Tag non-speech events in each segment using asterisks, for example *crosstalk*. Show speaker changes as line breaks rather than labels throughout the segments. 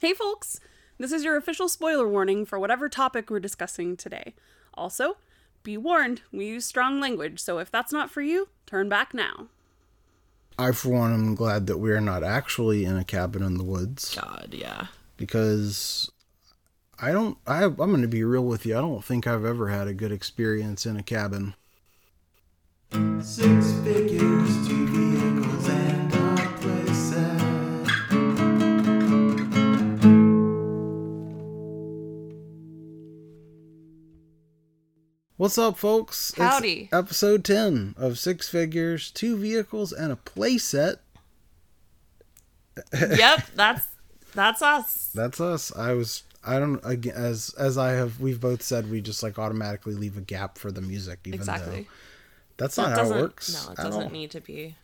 Hey, folks! This is your official spoiler warning for whatever topic we're discussing today. Also, be warned, we use strong language, so if that's not for you, turn back now.
I, for one, am glad that we're not actually in a cabin in the woods
God, yeah.
because I don't. I, I'm going to be real with you. I don't think I've ever had a good experience in a cabin.
Six figures, two vehicles, and a playset.
What's up, folks? It's
Howdy.
episode 10 of Six Figures, Two Vehicles, and a Playset.
Yep, *laughs* that's that's us.
That's us. I was. I don't. ag- As as I have, we've both said we just like automatically leave a gap for the music, even though
Exactly.
that's not how
doesn't,
it works.
No, it
at all.
doesn't need to be.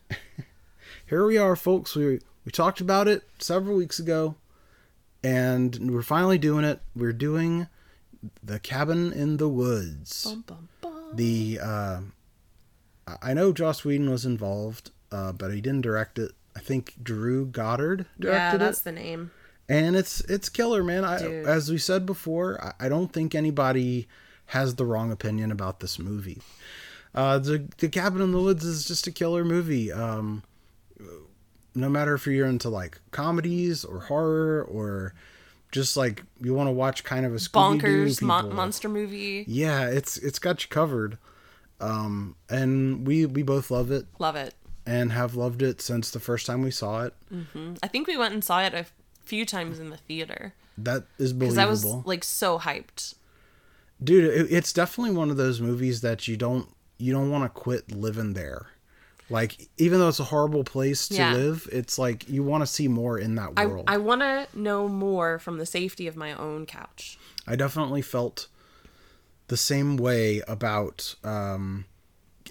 here we are folks we we talked about it several weeks ago and we're finally doing it we're doing the cabin in the woods
Bum, bum, bum.
the uh, I- i know joss whedon was involved uh, but he didn't direct it i think drew goddard
Yeah,
directed
that's
it
the name.
and it's it's killer man I,
Dude.
as we said before I, I don't think anybody has the wrong opinion about this movie uh, the, the cabin in the woods is just a killer movie um, no matter if you're into like comedies or horror or just like you want to watch kind of a Scooby-Doo
Bonkers mon-
people.
monster movie.
yeah it's it's got you covered um, and we we both love it
Love it.
and have loved it since the first time we saw it
I think we went and saw it a few times in the theater
that is
because
believable
I was like so hyped.
dude it, it's definitely one of those movies that you don't you don't want to quit living there like even though it's a horrible place to
Yeah.
live it's like you want to see more in that
I
world
I want to know more from the safety of my own couch.
I definitely felt the same way about. Um,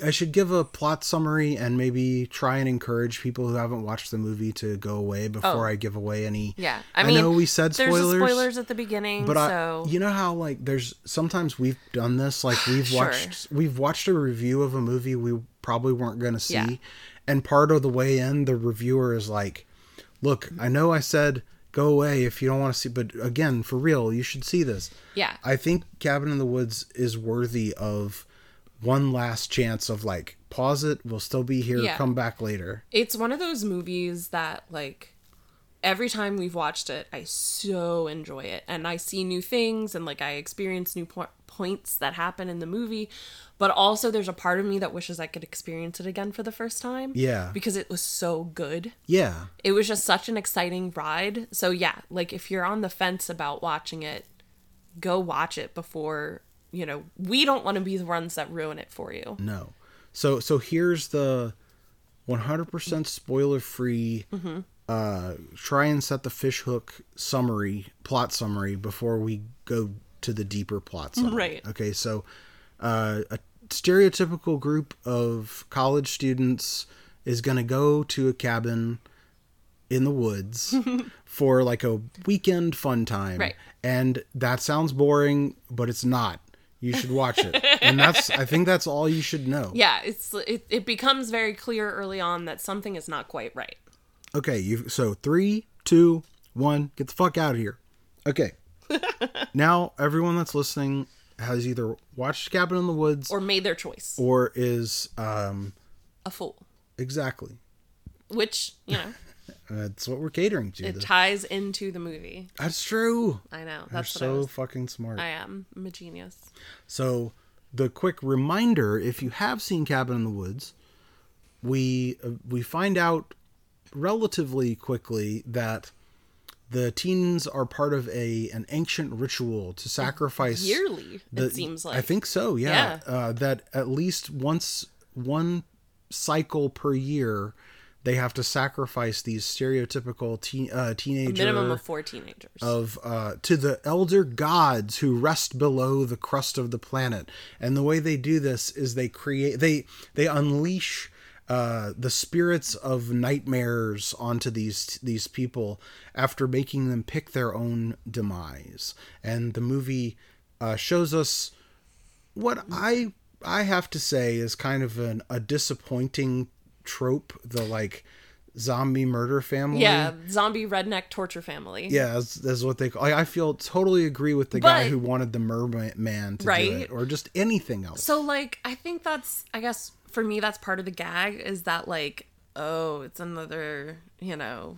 I should give a plot summary and maybe try and encourage people who haven't watched the movie to go away before
Oh.
I give away any.
Yeah, I mean,
know we said
there's
spoilers,
a spoilers at the beginning,
but
Mm-hmm. so
I, you know how like there's sometimes we've done this
*sighs*
like we've
Sure.
watched we've watched a review of a movie we probably weren't going to see,
Yeah.
and part of the way in the reviewer is like, "Look, I know I said." Go away if you don't want to see, but again, for real, you should see this.
yeah,
I think Cabin in the Woods is worthy of one last chance of like pause it, we'll still be here,
Yeah.
come back later.
it's one of those movies that like every time we've watched it i so enjoy it and i see new things and like i experience new po- points that happen in the movie but also there's a part of me that wishes i could experience it again for the first time
Yeah.
because it was so good
Yeah.
it was just such an exciting ride so yeah like if you're on the fence about watching it go watch it before you know we don't want to be the ones that ruin it for you
No. So so here's the 100% spoiler free
Mm-hmm.
uh try and set the fish hook summary, plot summary before we go to the deeper plot summary.
Right.
Okay, so uh a stereotypical group of college students is going to go to a cabin in the
*laughs*
woods for like a weekend fun time.
Right.
And that sounds boring, but it's not. You should watch it. and that's I think that's all you should know.
*laughs* yeah it's it, it becomes very clear early on that something is not quite right
Okay, you so three, two, one, get the fuck out of here.
*laughs*
Okay. now everyone that's listening has either watched Cabin in the Woods or,
or made their choice
is um
a fool
exactly.
which
*laughs*
you know
That's what we're catering to.
it
This-
ties into the movie
that's true.
i know
They're
that's what i
so
was
fucking smart.
i am i'm a genius
So, the quick reminder: if you have seen Cabin in the Woods, we uh, we find out relatively quickly that the teens are part of a an ancient ritual to sacrifice
yearly
the-
it seems like
I think so. Yeah, Uh, that at least once one cycle per year. They have to sacrifice these stereotypical teen, uh, teenager
minimum of four teenagers
of uh, to the elder gods who rest below the crust of the planet. And the way they do this is they create they they unleash uh, the spirits of nightmares onto these these people after making them pick their own demise. And the movie uh, shows us what I I have to say is kind of an, a disappointing trope. The like zombie murder family.
Yeah, zombie redneck torture family.
Yeah, that's, that's what they call. Like, I feel totally agree with the guy
But-
who wanted the merman to do
Right.
it, or just anything else.
So like I think that's I guess for me that's part of the gag is that like oh it's another you know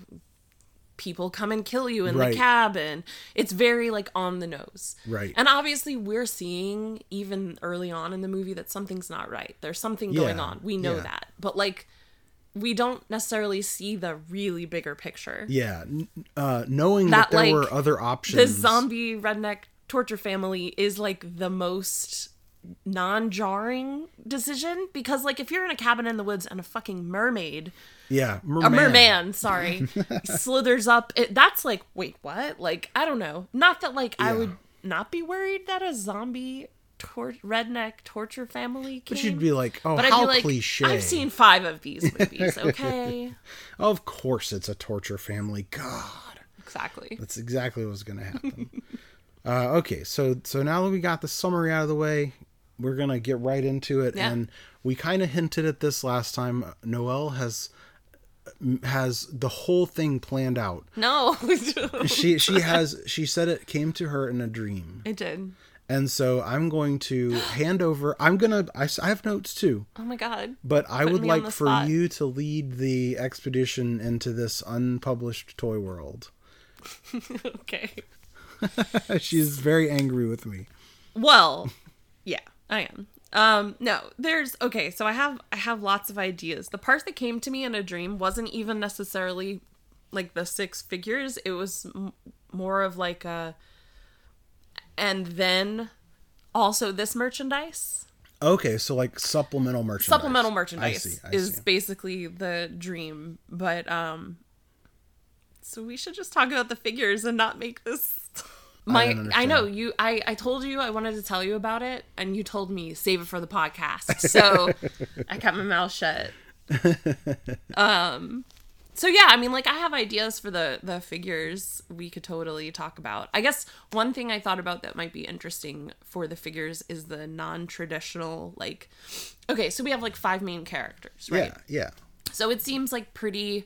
people come and kill you in
Right.
the cabin. It's very like on the nose.
Right.
And obviously we're seeing even early on in the movie that something's not right. There's something going
Yeah,
on. We know
yeah.
that. But like we don't necessarily see the really bigger picture.
yeah, n- uh, knowing that,
That,
there
like,
were other options.
The zombie redneck torture family is like the most non-jarring decision because like if you're in a cabin in the woods and a fucking mermaid
yeah, merman.
a
*laughs*
merman sorry slithers up it, that's like wait what like i don't know not that like i
Yeah.
would not be worried that a zombie tor- redneck torture family came
But you'd be like, oh,
but I'd
how
be like,
cliche.
I've seen five
*laughs*
of these movies, okay?
Of course, it's a torture family. God,
exactly.
that's exactly what's going to
*laughs*
happen. uh, okay, so so now that we got the summary out of the way, we're gonna get right into it,
Yeah.
and we kind of hinted at this last time. Noelle has has the whole thing planned out.
No, *laughs*
She she has she said it came to her in a dream,
it did.
and so I'm going to hand over. I'm gonna I, s- I have notes too.
Oh my god. *laughs*
But I would
me on
like
the
for
spot.
you to lead the expedition into this unpublished toy world. *laughs*
Okay.
She's very angry with me.
Well, yeah, I am. Um, no, there's okay, so I have I have lots of ideas. The part that came to me in a dream wasn't even necessarily like the six figures. It was m- more of like a and then also this merchandise.
Okay, so like supplemental merchandise.
Supplemental
I
merchandise
see. I
is
see.
basically the dream, but um so we should just talk about the figures and not make this my
don't
I,
understand.
know you I I told you I wanted to tell you about it and you told me save it for the
*laughs*
podcast. So I kept my mouth shut. Um so yeah, I mean like I have ideas for the the figures we could totally talk about. I guess one thing I thought about that might be interesting for the figures is the non-traditional like Okay, so we have like five main characters, right?
Yeah, yeah.
So it seems like pretty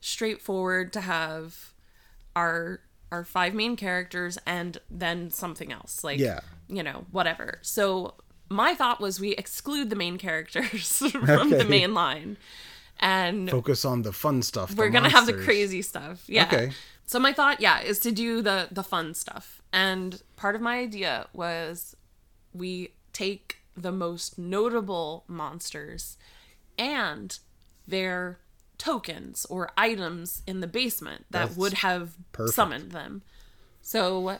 straightforward to have our our five main characters and then something else like
Yeah.
you know whatever. So my thought was we exclude the main characters *laughs* from the
Okay.
main line and
Focus on the fun stuff. the
we're going to have the
monsters.
crazy stuff. Yeah.
Okay.
So my thought, yeah, is to do the the fun stuff. And part of my idea was we take the most notable monsters and their tokens or items in the basement that
That's
would have
perfect.
summoned them. So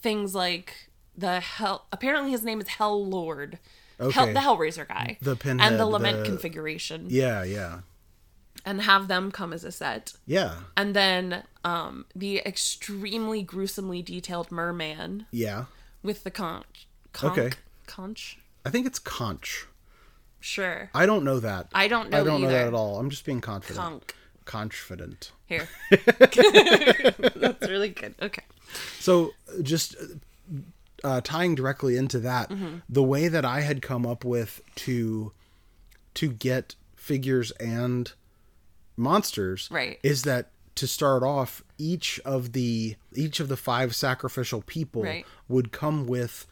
things like the hell apparently his name is Hell Lord. Hell,
Okay.
the Hellraiser guy.
The
And
pinhead,
the lament
the-
configuration.
Yeah, yeah.
And have them come as a set
Yeah.
and then um, the extremely gruesomely detailed merman
Yeah.
with the conch. Conch?
Okay.
Conch?
I think it's conch.
Sure.
I don't know that.
I don't know
I don't know
either.
that at all. I'm just being confident.
Conch.
Confident.
Here.
*laughs*
That's really good. Okay.
So just uh, tying directly into that,
Mm-hmm.
the way that I had come up with to to get figures and monsters
Right.
is that to start off each of the each of the five sacrificial people
Right.
would come with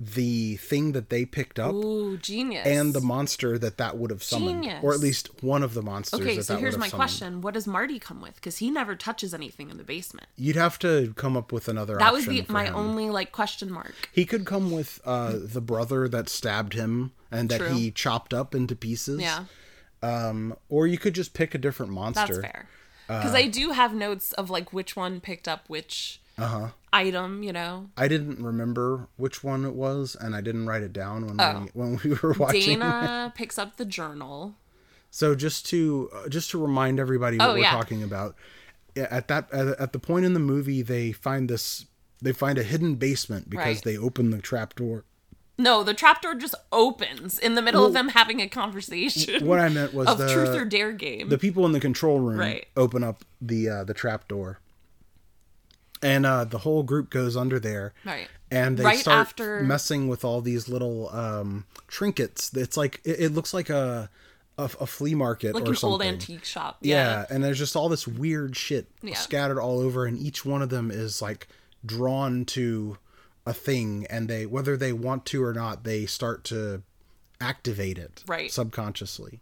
the thing that they picked up
Ooh, genius.
and the monster that that would have summoned or at
Genius.
least one of the monsters
Okay,
that
so
that
here's
would have
my
summoned.
question. What does Marty come with? Because he never touches anything in the basement.
you'd have to come up with another
That was
option
the
for
my
him.
only like question mark.
He could come with uh, the brother that stabbed him and that
True.
he chopped up into pieces.
Yeah.
Or you could just pick a different monster.
That's fair.
Uh,
Because I do have notes of like which one picked up which
Uh-huh.
item, you know.
I didn't remember which one it was, and I didn't write it down when
Oh.
we, when we *laughs* were watching. *laughs*
Dana picks up the journal.
So just to uh, just to remind everybody what
Oh,
we're
yeah.
talking about, at that at, at the point in the movie they find this they find a hidden basement because
Right.
they open the trap door.
No, the trapdoor just opens in the middle of them having a conversation.
What I meant was
of
the
truth or dare game.
the people in the control room
Right.
open up the uh, the trap door, and uh, the whole group goes under there.
Right.
And they
Right
start
after-
messing with all these little um, trinkets. It's like it, it looks like a a, a flea market
like
or
an
something.
old antique shop.
Yeah. and there's just all this weird shit
Yeah.
scattered all over, and each one of them is like drawn to a thing, and they whether they want to or not, they start to activate it
Right.
subconsciously.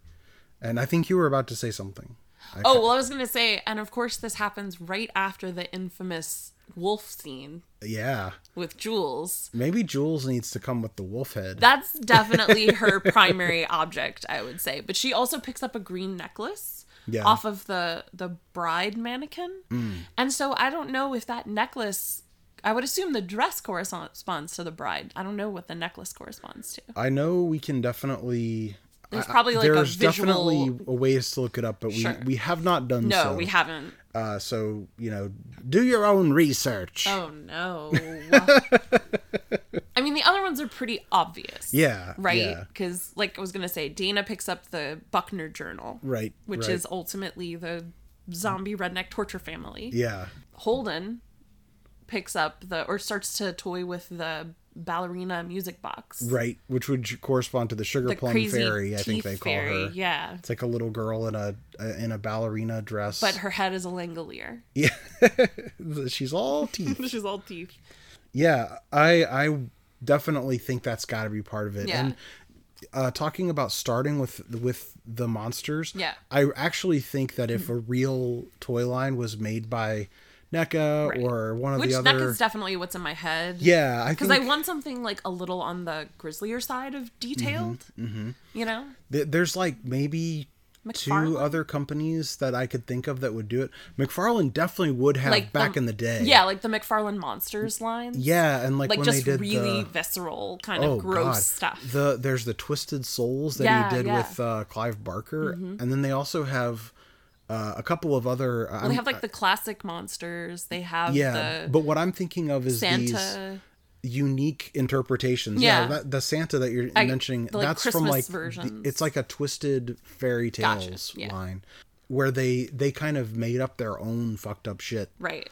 And I think you were about to say something.
Oh well, I was gonna say, and of course this happens right after the infamous wolf scene
Yeah,
with Jules.
maybe Jules needs to come with the wolf head. *laughs*
That's definitely her primary object, I would say. But she also picks up a green necklace
Yeah. Mm.
off of the the bride mannequin, and so I don't know if that necklace. I would assume the dress corresponds to the bride. I don't know what the necklace corresponds to.
I know we can definitely.
There's
I- I-
probably, like, a
there's
visual-
definitely a ways to look it up, but
Sure.
we we have not done
No,
so.
we haven't.
Uh, so you know, do your own research.
Oh
*laughs*
no. I mean, the other ones are pretty obvious.
Yeah,
Right?
yeah.
Because, like I was going to say, Dana picks up the Buckner Journal.
Right,
Which
right.
is ultimately the zombie redneck torture family.
Yeah,
Holden picks up the, or starts to toy with the ballerina music box.
right. Which would correspond to the sugar
The
plum
crazy
fairy. I think
teeth
they call
fairy.
her.
Yeah.
It's like a little girl in a in a ballerina dress.
But her head is a langolier.
*laughs* she's all teeth.
*laughs* She's all teeth.
yeah, I I definitely think that's got to be part of it.
Yeah.
And uh, talking about starting with with the monsters.
Yeah.
I actually think that if a real toy line was made by NECA
Right.
or one of
Which
the
that
other.
is definitely what's in my head.
yeah, I
because
think
I want something like a little on the grislier side of detailed.
Mm-hmm,
You know,
Th- There's like maybe two
McFarlane?
other companies that I could think of that would do it. McFarlane definitely would have
like um,
back in the day. Mm,
Yeah, like the McFarlane monsters line.
Yeah, and like,
like
when
just
they did
really
the
visceral, kind
oh
of gross
god
stuff.
the there's the Twisted Souls that
Yeah,
he did
yeah. Mm-hmm.
with uh, Clive Barker, and then they also have uh, a couple of other.
well, they have like the classic monsters. They have
um, yeah, uh,
the
but what I'm thinking of is these
Santa.
unique interpretations. Yeah,
Yeah.
that, the Santa that you're
I-
mentioning,
the, like,
that's from
Christmas
like the-
versions.
it's like a twisted fairy
Gotcha,
tales
yeah.
line where they they kind of made up their own fucked up shit.
right.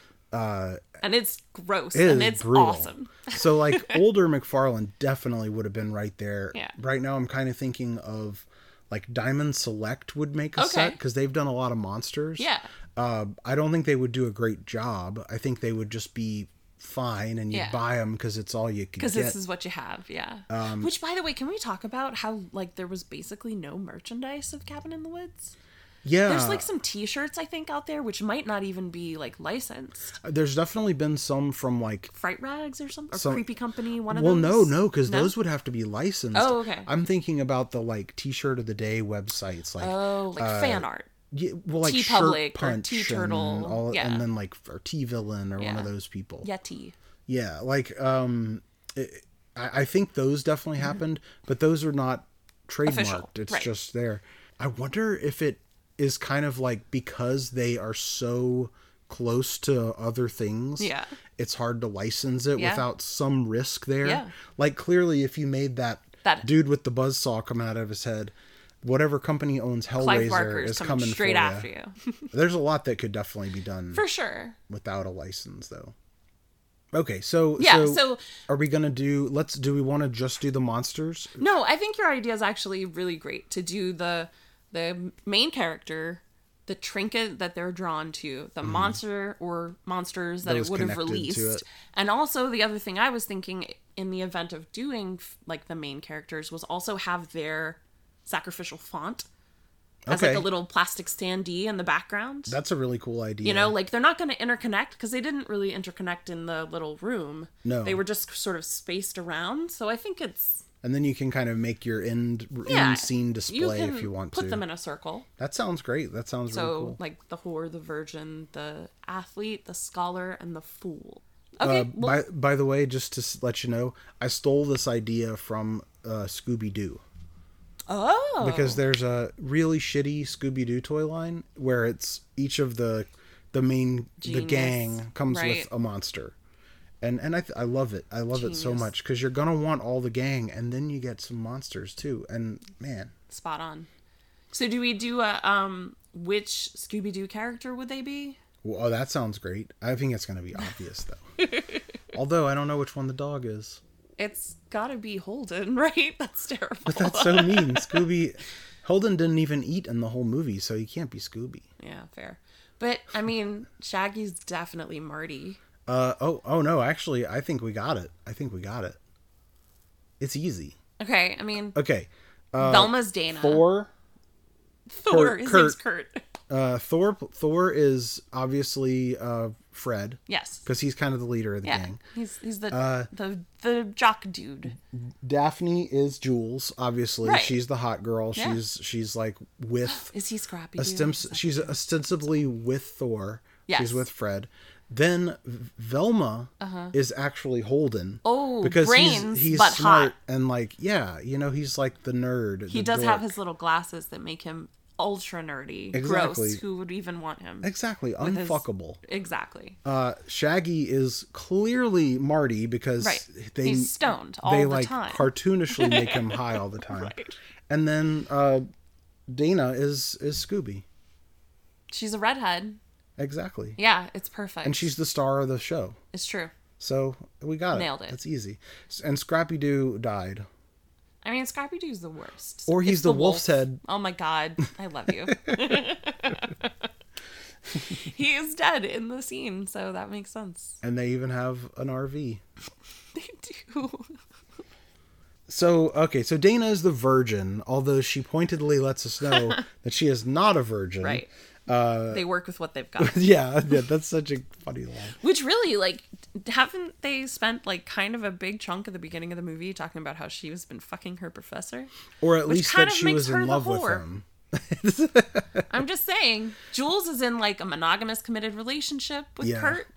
and it's gross
uh, It
and
is
it's
brutal.
awesome. *laughs*
so like older McFarlane definitely would have been right there.
Yeah.
Right now I'm kind of thinking of like Diamond Select would make a set
Okay.
'cause set because they've done a lot of monsters.
Yeah.
Uh, I don't think they would do a great job. I think they would just be fine and you
Yeah.
buy 'em buy them because it's all you could get.
Because this is what you have, yeah.
Um,
Which, by the way, can we talk about how like there was basically no merchandise of Cabin in the Woods?
yeah.
There's like some T-shirts I think out there, which might not even be like licensed.
There's definitely been some from like
Fright Rags or something, or
Some-
Creepy Company. One of
well,
those.
no, no, because those would have to be licensed.
Oh, okay.
I'm thinking about the like T-shirt of the day websites, like
Oh, like
uh,
fan art.
yeah, well, like shirt
T-Public or
punch
T-Turtle,
and, all,
yeah.
and then like or T villain or one
Yeah.
of those people.
Yeti.
yeah. Like, um, it, I, I think those definitely happened, but those are not trademarked. It's
Mm-hmm. right.
just there. I wonder if it is kind of like because they are so close to other things.
Yeah.
It's hard to license it
Yeah.
without some risk there.
Yeah.
Like clearly, if you made that,
That-
dude with the buzzsaw coming out of his head. Whatever company owns
Clive
Hellraiser
Barker's
is
coming
coming
straight
for ya.
after you. *laughs*
There's a lot that could definitely be done
For sure.
without a license, though. Okay, so
Yeah,
so,
so-
are we gonna do? Let's do. We want to just do the monsters?
No, I think your idea is actually really great to do the the main character, the trinket that they're drawn to, the monster or monsters that,
Mm-hmm. was
it would have
connected to it.
released, and also the other thing I was thinking in the event of doing f- like the main characters was also have their sacrificial font as
Okay.
like a little plastic standee in the background.
That's a really cool idea.
You know, like they're not going to interconnect because they didn't really interconnect in the little room.
No.
They were just sort of spaced around. So I think it's.
and then you can kind of make your end
Yeah.
end scene display
can
if you want
put
to.
them in a circle.
that sounds great. That sounds
So,
really cool.
like the whore, the virgin, the athlete, the scholar, and the fool. Okay.
Uh,
well,
by by the way, just to s- let you know, I stole this idea from uh, Scooby Doo.
oh.
because there's a really shitty Scooby Doo toy line where it's each of the the main the
Genius.
gang comes
Right.
with a monster, and and I th- I love it I love it so much because you're gonna want all the gang and then you get some monsters too and man
Spot on. So, do we do a. um Which Scooby Doo character would they be?
well, oh that sounds great I think it's
*laughs*
gonna be obvious though although I don't know which one the dog is
*laughs* It's gotta be Holden, right? That's terrible. *laughs*
that's so mean Scooby Holden didn't even eat in the whole movie, so he can't be Scooby.
Yeah, fair. But I mean, Shaggy's definitely Marty.
Uh oh oh no, actually I think we got it. I think we got it. It's easy.
Okay, I mean,
Okay.
Velma's Dana.
Thor
*laughs*
Uh,
Thor.
Kurt-
His
Kurt.
name's Kurt.
uh Thor Thor is obviously uh Fred
Yes.
because he's kind of the leader of the
Yeah.
gang.
He's he's the
Uh,
the the jock dude.
Daphne is Jules, obviously.
Right.
She's the hot girl.
Yeah.
She's she's like with
Is he Scrappy? Doo?
ostensi- she's ostensibly with Thor.
Yes. Uh-huh.
She's with Fred. Then V- Velma is actually Holden.
Oh, brains,
he's, he's
but
smart
hot.
and like yeah, you know he's like the nerd.
He does have his little glasses that make him ultra nerdy.
Exactly.
Gross. Who would even want him?
exactly
his-
unfuckable.
Exactly.
Uh, Shaggy is clearly Marty because
Right.
they
He's stoned all
they
the
like
time. *laughs*
cartoonishly make him high all the time. And then uh, Dana is is Scooby.
She's a redhead.
Exactly.
Yeah, it's perfect.
And she's the star of the show.
it's true.
So we got
Nailed
it.
it.
That's easy. S- And Scrappy Doo died.
I mean, Scrappy Doo's the worst.
Or he's
It's
the wolf's head.
Oh my god, I
*laughs*
love you. he is dead in the scene, so that makes sense. *laughs*
And they even have an RV.
They do.
So, okay, so Dana is the virgin, although she pointedly lets us
*laughs*
know that she is not a virgin.
Right.
Uh,
they work with what they've got.
*laughs* Yeah, yeah, that's such a funny line.
Which really, like, haven't they spent like kind of a big chunk of the beginning of the movie talking about how she has been fucking her professor?
Or at
Which
least
kind
that
of
she
makes
was
her
in
the
love with
whore.
him.
I'm just saying, Jules is in like a monogamous committed relationship with
Yeah.
Kurt.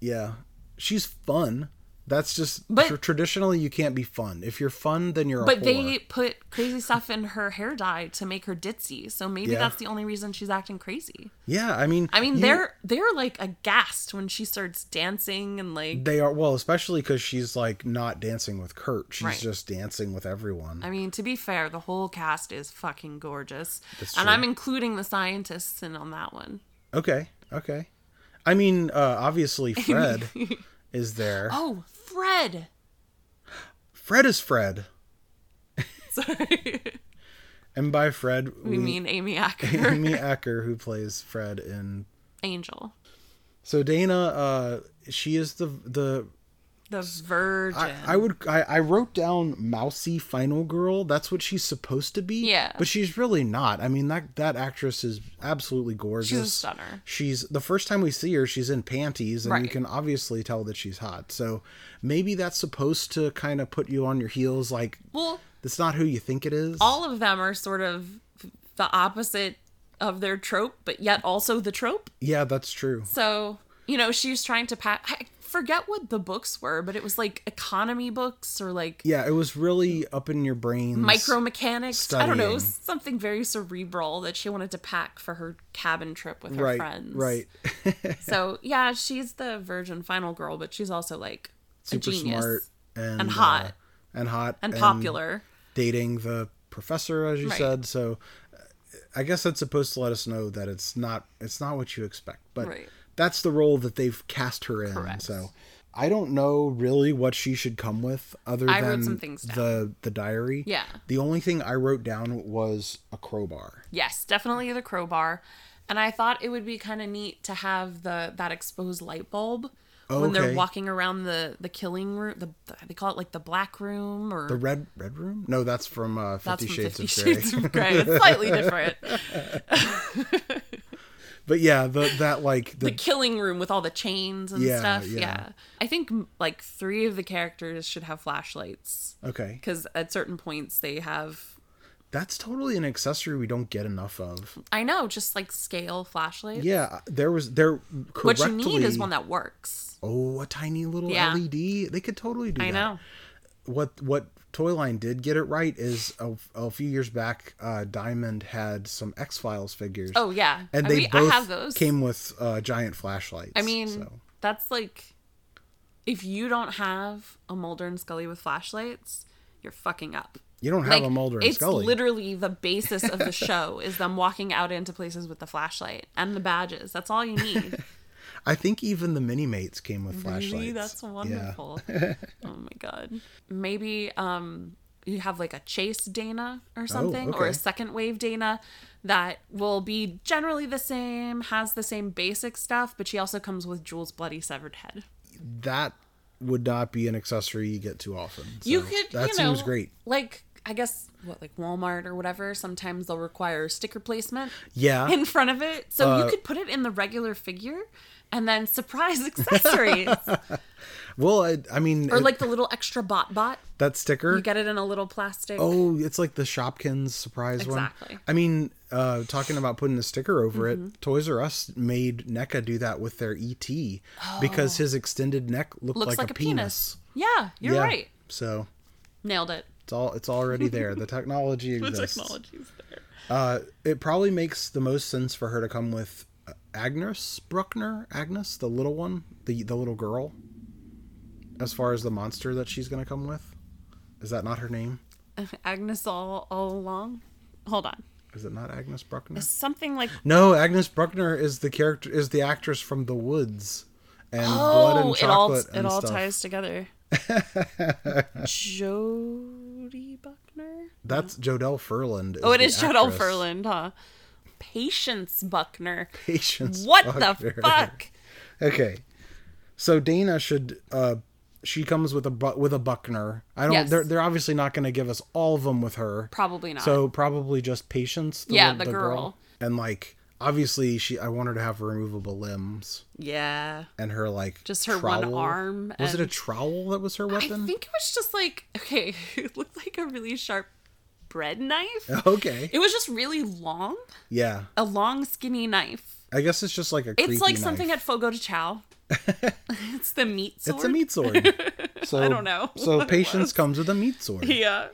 Yeah. She's fun. That's just
But-
tr- traditionally you can't be fun. If you're fun, then you're a
But
whore.
they put crazy stuff in her hair dye to make her ditzy, so maybe
Yeah.
that's the only reason she's acting crazy.
Yeah, I mean
I mean,
you-
they're they're like aghast when she starts dancing and like.
They are well, especially because she's like not dancing with Kurt. She's
Right.
just dancing with everyone.
I mean, to be fair, the whole cast is fucking gorgeous,
That's
and
true.
I'm including the scientists in on that one.
Okay, okay. I mean, uh,
*laughs*
obviously Fred is there.
Oh, Fred.
Fred is Fred,
*laughs* Sorry,
and by Fred we, *laughs*
we mean Amy Acker,
Amy Acker, who plays Fred in.
Angel,
So Dana, uh, she is the the.
the Virgin.
I, I would I, I wrote down mousy final girl. That's what she's supposed to be.
Yeah.
but she's really not. I mean that that actress is absolutely gorgeous.
She's a stunner.
she's the first time we see her she's in panties and you
Right.
can obviously tell that she's hot so maybe that's supposed to kind of put you on your heels like
Well,
that's not who you think it is
all of them are sort of the opposite of their trope, but yet also the trope.
yeah that's true
So, you know, she's trying to pack. I forget what the books were, but it was like economy books or like
yeah it was really up in your brain
micro mechanics. I don't know,
Studying.
something very cerebral that she wanted to pack for her cabin trip with her
right
friends.
right *laughs*
So, yeah, she's the virgin final girl, but she's also like
super
a genius
smart and,
And hot.
uh, and hot
and popular.
dating the professor as you
Right.
said so uh, i guess that's supposed to let us know that it's not it's not what you expect but
Right.
that's the role that they've cast her in so i don't know really what she should come with other
I wrote
than
some things down.
the the diary
Yeah.
the only thing i wrote down was a crowbar
Yes, definitely the crowbar. And I thought it would be kind of neat to have the that exposed light bulb when
Okay.
they're walking around the the killing room. The, they call it like the black room or
the red red room no that's from uh 50
that's from
shades
Fifty
of gray *laughs*
Shades of Grey. It's slightly different.
but yeah the, that like
The *laughs*
the,
killing room with all the chains and
Yeah,
stuff.
yeah.
Yeah. I think m- like three of the characters should have flashlights
okay
because at certain points they have.
that's totally an accessory we don't get enough of
I know, just like scale flashlights.
yeah there was there
what
correctly
you need is one that works.
Oh, a tiny little
Yeah.
LED. They could totally do
I
that.
know.
What what Toyline did get it right is a, a few years back, uh, Diamond had some X Files figures.
Oh yeah,
and
I-
they
we-
both
I have those.
came with uh, giant flashlights.
I mean,
so.
that's like if you don't have a Mulder and Scully with flashlights, you're fucking up.
you don't have
like,
a Mulder and
it's
Scully.
literally the basis
*laughs*
of the show is them walking out into places with the flashlight and the badges. That's all you need.
*laughs* I think even the Mini Mates came with flashlights. *laughs*
Really? That's wonderful. oh my god. Maybe um you have like a chase Dana or something, or
Oh, okay.
a second wave Dana that will be generally the same, has the same basic stuff, but she also comes with Jules' bloody severed head.
That would not be an accessory you get too often. So
you could
That
you know,
seems great.
Like I guess what like Walmart or whatever. Sometimes they'll require sticker placement
Yeah. Uh,
in front of it, so you could put it in the regular figure. And then surprise *laughs* accessories,
well, I, I mean,
or
it-
like the little extra bot bot.
that sticker.
You get it in a little plastic.
Oh, it's like the Shopkins surprise
Exactly.
one. I mean, uh, talking about putting the sticker over it, Toys R Us made NECA do that with their ET because his extended neck looked
looks
like, a, penis.
Yeah, you're
Yeah.
right.
So
Nailed it.
it's all it's already there. The technology
The
exists.
technology's there.
Uh, it probably makes the most sense for her to come with uh, Agnes Bruckner, Agnes, the little one, the the little girl. As far as the monster that she's going to come with, is that not her name?
*laughs* Agnes all, all along. Hold on.
Is it not Agnes Bruckner?
Something like
No, Agnes Bruckner is the character is the actress from The Woods and Blood
oh,
and
it all
Chocolate
it
and
all
stuff. *laughs*
ties together. Jody Buckner.
That's Jodelle Furland.
Oh, it is
the
Jodelle
actress.
Furland, huh? Patience Buckner.
*laughs* Patience.
What
Buckner.
the fuck?
*laughs* Okay, so Dana should uh she comes with a bu- with a Buckner. I don't.
Yes.
They're they're obviously not going to give us all of them with her.
Probably not.
So probably just Patience. The,
Yeah,
lit-
the girl.
And like obviously she, I want her to have removable limbs
yeah.
and her like
Just her one arm
Was it a
and-
trowel that was her
I
weapon?
think it was just like okay, *laughs* it looked like a really sharp bread knife.
Oh. Okay.
It was just really long,
Yeah.
a long skinny knife.
I guess it's just like a.
It's
creaky
like
knife.
something at Fogo de
*laughs*
Chao. *laughs* it's the meat sword.
It's a meat sword.
*laughs*
So I
don't know
So
what it
patience comes with a meat sword.
Yeah.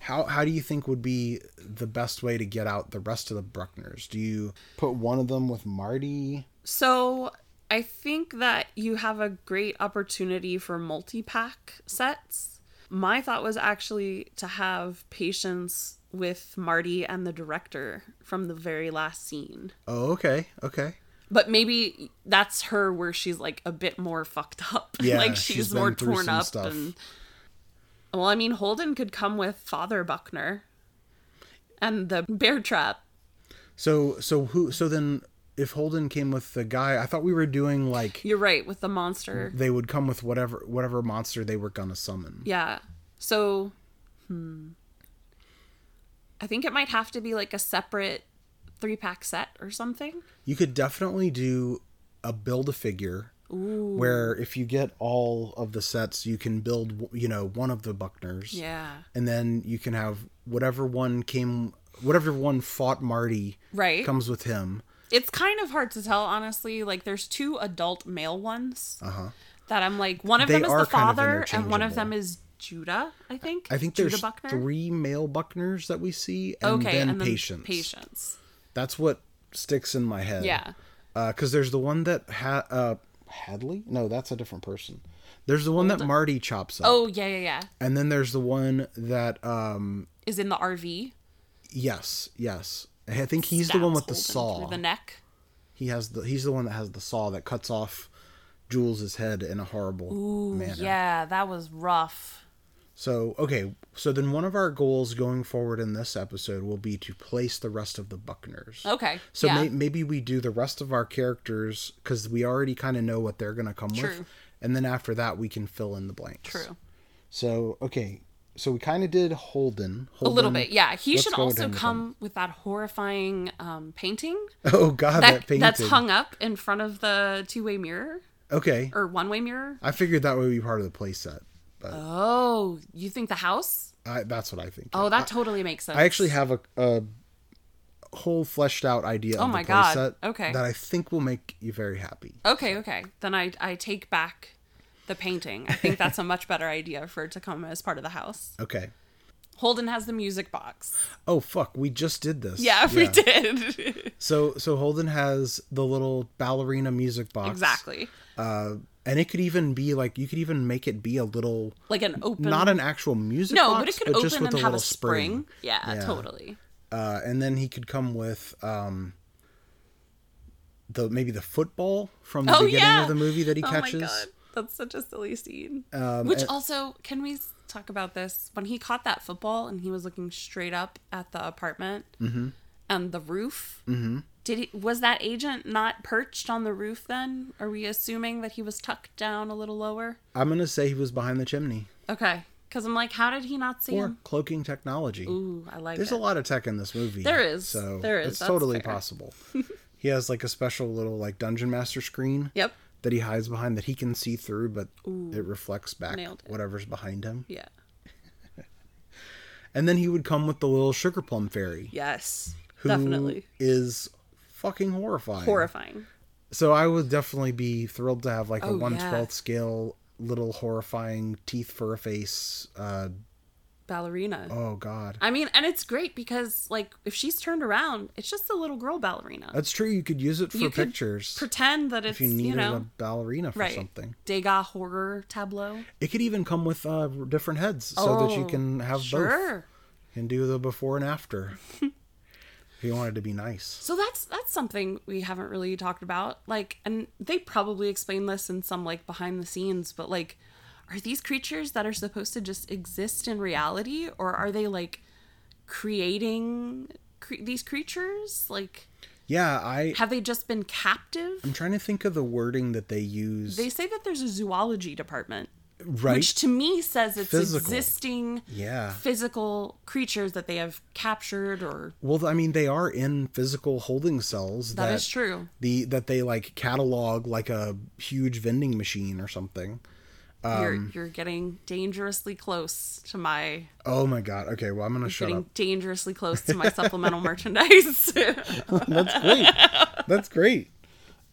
How how do you think would be the best way to get out the rest of the Bruckners? Do you put one of them with Marty?
So I think that you have a great opportunity for multi pack sets. My thought was actually to have patience with Marty and the director from the very last scene.
Oh, okay, okay.
But maybe that's her where she's like a bit more fucked up. *laughs*
Yeah,
like
she's
she's,
been
more
through
torn
some
up
stuff.
and Well, I mean Holden could come with Father Buckner and the bear trap.
So so who so then if Holden came with the guy, I thought we were doing like
You're right, with the monster.
they would come with whatever whatever monster they were gonna summon.
Yeah. So, hmm. I think it might have to be like a separate three pack set or something.
You could definitely do a build a figure where if you get all of the sets, you can build you know one of the Buckners.
Yeah.
and then you can have whatever one came whatever one fought marty
Right.
comes with him
It's kind of hard to tell, honestly. Like, there's two adult male ones that I'm like, one of
Uh-huh. They
them is
are
the
kind of
father, and one of
interchangeable.
them is Judah, I think.
i think
Judah
there's
Buckner.
three male buckners that we see and
Okay,
then
and then
patience
Patience.
that's what sticks in my head
Yeah.
because there's the one that ha- uh hadley no that's a different person there's the one that marty chops up
Oh, yeah, yeah, yeah.
and then there's the one that um
Is in the RV.
yes yes i think he's the one with the
Stabs Holden
saw
Through the neck.
he has the he's the one that has the saw that cuts off jules's head in a horrible manner
Yeah, that was rough.
So, okay, so then one of our goals going forward in this episode will be to place the rest of the Buckners.
Okay.
So
Oh, yeah.
may- maybe we do the rest of our characters because we already kind of know what they're going to come with.
True.
And then after that, we can fill in the blanks.
True.
So, okay, so we kind of did Holden,
A
Holden.
little bit, yeah. He
let's
should
go with
also
him then.
come with that horrifying um, painting,
*laughs* Oh, God, that,
that,
painting.
that's hung up in front of the two-way mirror
Okay.
or one-way mirror.
I figured that would be part of the playset, but
Oh, you think the house?
I, that's what I think.
Oh, that totally makes sense.
Uh, I actually have a, a whole fleshed out idea
Oh
of
my
the
God,
playset
okay.
that I think will make you very happy.
Okay, okay. Then I I take back the painting. I think that's a much better idea for it to come as part of the house.
Okay.
Holden has the music box.
Oh fuck, we just did this.
Yeah, we did *laughs*
So so Holden has the little ballerina music box.
exactly.
Uh and it could even be like you could even make it be a little
Like an open.
not an actual music
no,
box,
but it could open
just with
and
a
have
little
a spring. Yeah,
Yeah.
totally.
Uh and then he could come with um the maybe the football from the
Oh,
beginning
yeah.
of the movie that he
Oh my
catches. Um,
God. That's such a silly scene. Which also, can we s- talk about this? When he caught that football and he was looking straight up at the apartment
Mm-hmm.
and the roof, did he, was that agent not perched on the roof then? Are we assuming that he was tucked down a little lower?
I'm gonna say he was behind the chimney
Okay, because I'm like, how did he not see
or
him?
cloaking technology.
Ooh, I like
There's
it.
a lot of tech in this movie.
There is.
So
There is.
It's
That's
totally
fair.
possible. *laughs* he has like a special little like dungeon master screen.
Yep.
That he hides behind that he can see through, but it reflects back
nailed it.
whatever's behind him.
Yeah.
And then he would come with the little sugar plum fairy,
Yes.
who
definitely
is fucking horrifying.
horrifying.
So I would definitely be thrilled to have like a
Oh, yeah.
one twelfth scale little horrifying teeth for a face. Uh,
Ballerina.
oh god,
I mean, and it's great because like if she's turned around, it's just a little girl ballerina.
that's true. You could use it for
You could
pictures
Pretend that
Uh, if
it's
you
you,
needed
know
a ballerina for
right
something.
Degas horror tableau.
It could even come with uh, different heads so that you
Oh,
can have both
Sure.
and do the before and
*laughs*
after. if you wanted to be nice,
So that's that's something we haven't really talked about. Like, and they probably explain this in some like behind the scenes, but like, are these creatures that are supposed to just exist in reality, or are they like creating cre- these creatures? Like,
yeah. I
have they just been captive?
I'm trying to think of the wording that they use.
They say that there's a zoology department,
right?
which to me says it's
Physical.
existing
yeah.
physical creatures that they have captured or
Well, I mean, they are in physical holding cells.
that is true.
the that they like catalog like a huge vending machine or something.
you're
Um,
you're getting dangerously close to my
Oh my god. Okay, well I'm gonna shut
getting
up.
dangerously close to my supplemental *laughs* merchandise.
That's great. That's great.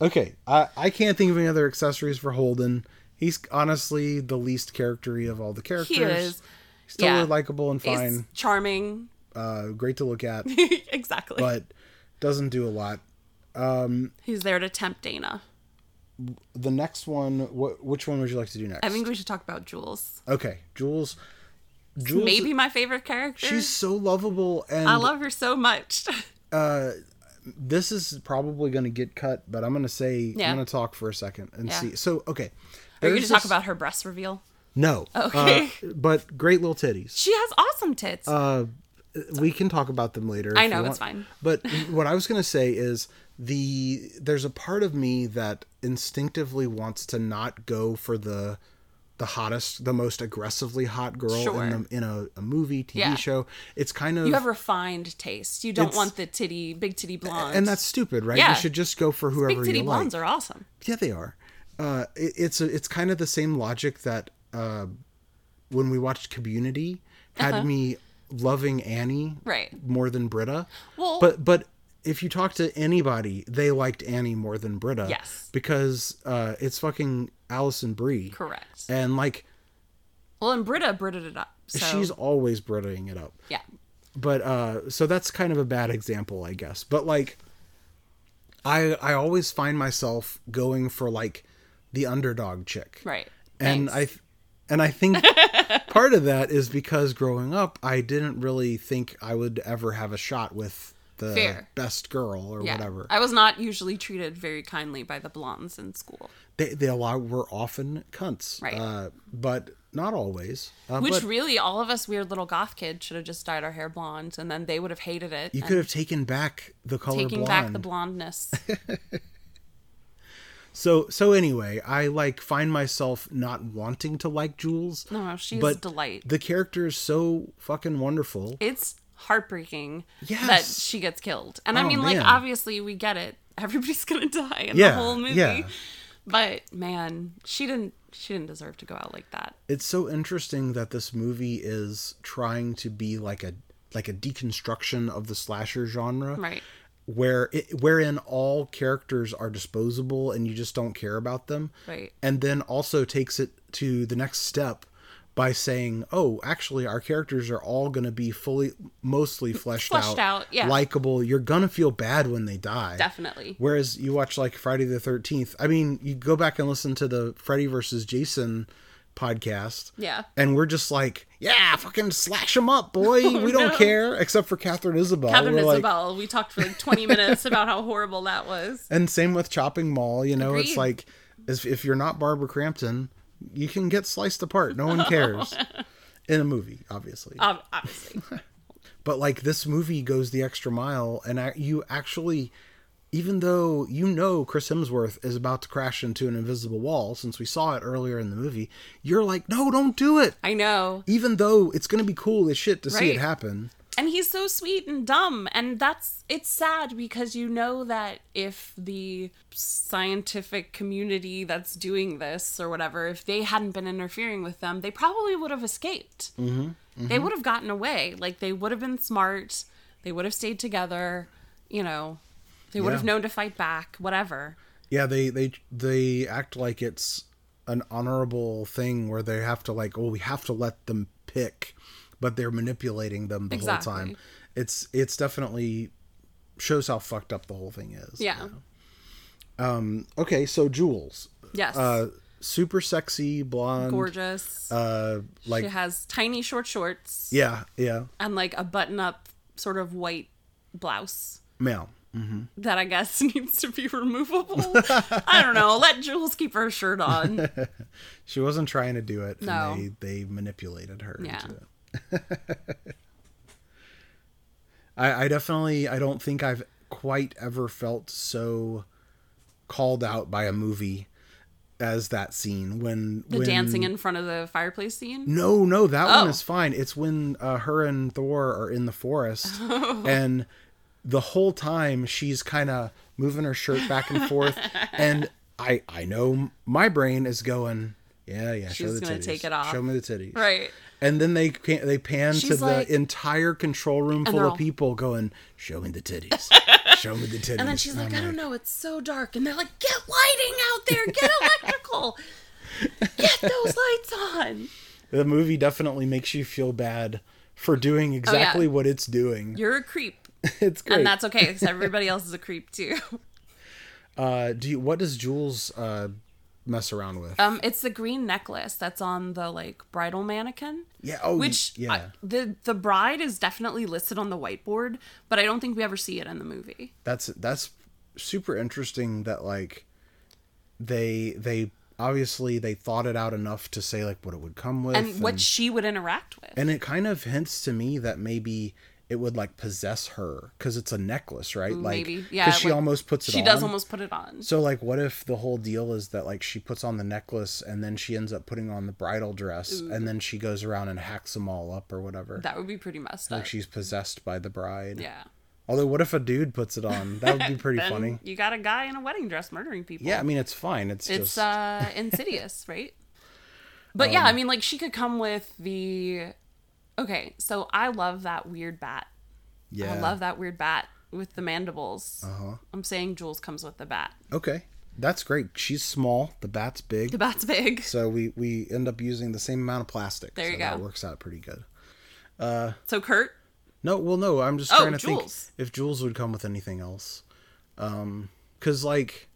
Okay, I I can't think of any other accessories for Holden. He's honestly the least charactery of all the characters.
he is
He's totally
yeah.
likable and
he's
fine.
charming. *laughs*
Uh, great to look at,
exactly.
but doesn't do a lot.
he's there to tempt Dana.
The next one, wh- which one would you like to do next?
I think we should talk about Jules.
okay, Jules. Jules,
Maybe my favorite character.
she's so lovable, and
I love her so
*laughs*
much.
this is probably going to get cut, but I'm going to say
Yeah.
I'm going to talk for a second and
Yeah.
see. So okay,
Are you going
There's
to talk
this-
about her breast reveal?
no?
*laughs* Okay.
uh, but great little titties.
She has awesome tits.
Uh, We can talk about them later.
I
if
know,
you
it's
want.
fine.
But what I was going to say is the there's a part of me that instinctively wants to not go for the the hottest, the most aggressively hot girl
Sure.
in, the, in a, a movie, TV
Yeah.
show. It's kind of
you have refined taste. You don't
it's-
want the titty, big titty blondes.
and that's stupid, right?
Yeah.
You should just go for whoever
big titty
you like.
blondes are awesome.
Yeah, they are. Uh, it, it's a, it's kind of the same logic that uh, when we watched Community had me loving Annie
Uh-huh. Right.
more than Britta.
Well-
but but if you talk to anybody, they liked Annie more than Britta.
Yes.
because uh, it's fucking Allison Brie.
Correct.
And like
Well, and Britta Britta it up. So
she's always Brittaing it up.
yeah.
But uh, so that's kind of a bad example, I guess. But like. I, I always find myself going for like the underdog chick.
Right.
and
Thanks.
I th- and I
*laughs*
think part of that is because growing up, I didn't really think I would ever have a shot with the
Fair.
best girl or
Yeah. Uh,
whatever.
I was not usually treated very kindly by the blondes in school,
They they a lot were often cunts,
Right.
Uh, but not always. Uh,
which
but
really all of us weird little goth kids should have just dyed our hair blonde, and then they would have hated it.
you
and
could have taken back the color
taking
blonde.
back the
*laughs*
blondness.
So so anyway, I like find myself not wanting to like Jules.
No, she's
but
a delight.
The character is so fucking wonderful.
it's heartbreaking that
Yes.
she gets killed, and I
Oh,
mean, like
man.
obviously we get it. *laughs* Everybody's gonna die in
Yeah,
the whole movie.
yeah.
But man, she didn't. She didn't deserve to go out like that.
it's so interesting that this movie is trying to be like a like a deconstruction of the slasher genre
Right.
where it, wherein all characters are disposable and you just don't care about them
Right.
and then also takes it to the next step by saying oh actually our characters are all going to be fully mostly fleshed,
Fleshed out, yeah.
likable you're going to feel bad when they die
Definitely.
Whereas you watch like Friday the Thirteenth. I mean, you go back and listen to the Freddy versus Jason podcast.
Yeah.
And we're just like, yeah, fucking slash them up,
*laughs*
boy. we don't care, except for Catherine Isabel.
Captain
We're like-
Oh, Isabel, we talked for like 20 minutes about how horrible that was.
and same with Chopping Mall. You know, it's
Agreed.
like If, if you're not Barbara Crampton, you can get sliced apart. No
*laughs*
one cares. In a movie, obviously.
Ob- obviously.
but like this movie goes the extra mile and I, you actually even though you know chris hemsworth is about to crash into an invisible wall since we saw it earlier in the movie you're like no don't do it
I know.
even though it's going to be cool as shit to see it
Right.
happen
And he's so sweet and dumb. And that's, it's sad because you know that if the scientific community that's doing this or whatever, if they hadn't been interfering with them, they probably would have escaped. Mm-hmm. They would have gotten away. Like they would have been smart. They would have stayed together. You know, they would
Yeah.
have known to fight back, whatever.
yeah they they they act like it's an honorable thing where they have to like oh we have to let them pick but they're manipulating them the
Exactly.
whole time it's it's definitely shows how fucked up the whole thing is
Yeah.
okay so jules
Yes.
uh super sexy blonde
Gorgeous.
uh like
she has tiny short shorts
yeah yeah
and like a button up sort of white blouse
male
that I guess *laughs* needs to be removable. *laughs* I don't know. Let Jules keep her shirt *laughs* on.
she wasn't trying to do it
No.
and they they manipulated her
Yeah.
into it *laughs* I, I definitely I don't think I've quite ever felt so called out by a movie as that scene when
The
when,
dancing in front of the fireplace scene.
No, no, that one
Oh.
is fine. It's when uh, her and Thor are in the
*laughs*
forest,
Oh.
and the whole time she's kind of moving her shirt back and
*laughs*
forth, and I I know my brain is going, yeah, yeah. show
She's
the
gonna
titties.
take it off."
Show me the titties,
Right.
And then they can they pan to
She's
the
like-
entire control room full
they're
of
all-
people going, show me the
*laughs*
titties, show me the titties.
And then she's like, I
I'm
don't know, it's so dark. And they're like, get lighting out there, get electrical, get those lights on.
The movie definitely makes you feel bad for doing exactly what it's doing.
Oh, You're a creep.
*laughs* it's great.
And that's okay because everybody else is a creep too.
Uh, do you, what does Jules uh, mess around with?
Um, it's the green necklace that's on the like bridal mannequin.
yeah. Oh,
Which
yeah.
I- the the bride is definitely listed on the whiteboard, but I don't think we ever see it in the movie.
that's that's super interesting. That like they they obviously they thought it out enough to say like what it would come with,
And what she would interact with.
and it kind of hints to me that maybe it would like possess her because it's a necklace, right? Like,
Mm, Maybe. Yeah,
'cause she
like,
almost puts it.
She does
on.
almost put it on.
So like, what if the whole deal is that like she puts on the necklace and then she ends up putting on the bridal dress and then she goes around and hacks them all up or whatever.
That would be pretty messed up.
like she's possessed by the bride.
yeah.
Although, what if a dude puts it on? That
*laughs*
would be pretty
Then
funny.
You got a guy in a wedding dress murdering people.
Yeah, I mean, it's fine. It's,
It's
just Um,
uh insidious, *laughs* right? But yeah, I mean like she could come with the Okay, so I love that weird bat.
yeah. Uh-huh.
I love that weird bat with the mandibles. I'm saying Jules comes with the bat.
Okay, that's great. She's small. The bat's big,
The bat's big. *laughs*
so we we end up using the same amount of plastic.
There
so
you
That
go.
works out pretty good.
So Kurt,
No, well, no. I'm just
Oh,
trying to
Jules.
think if Jules would come with anything else. Um, cause like,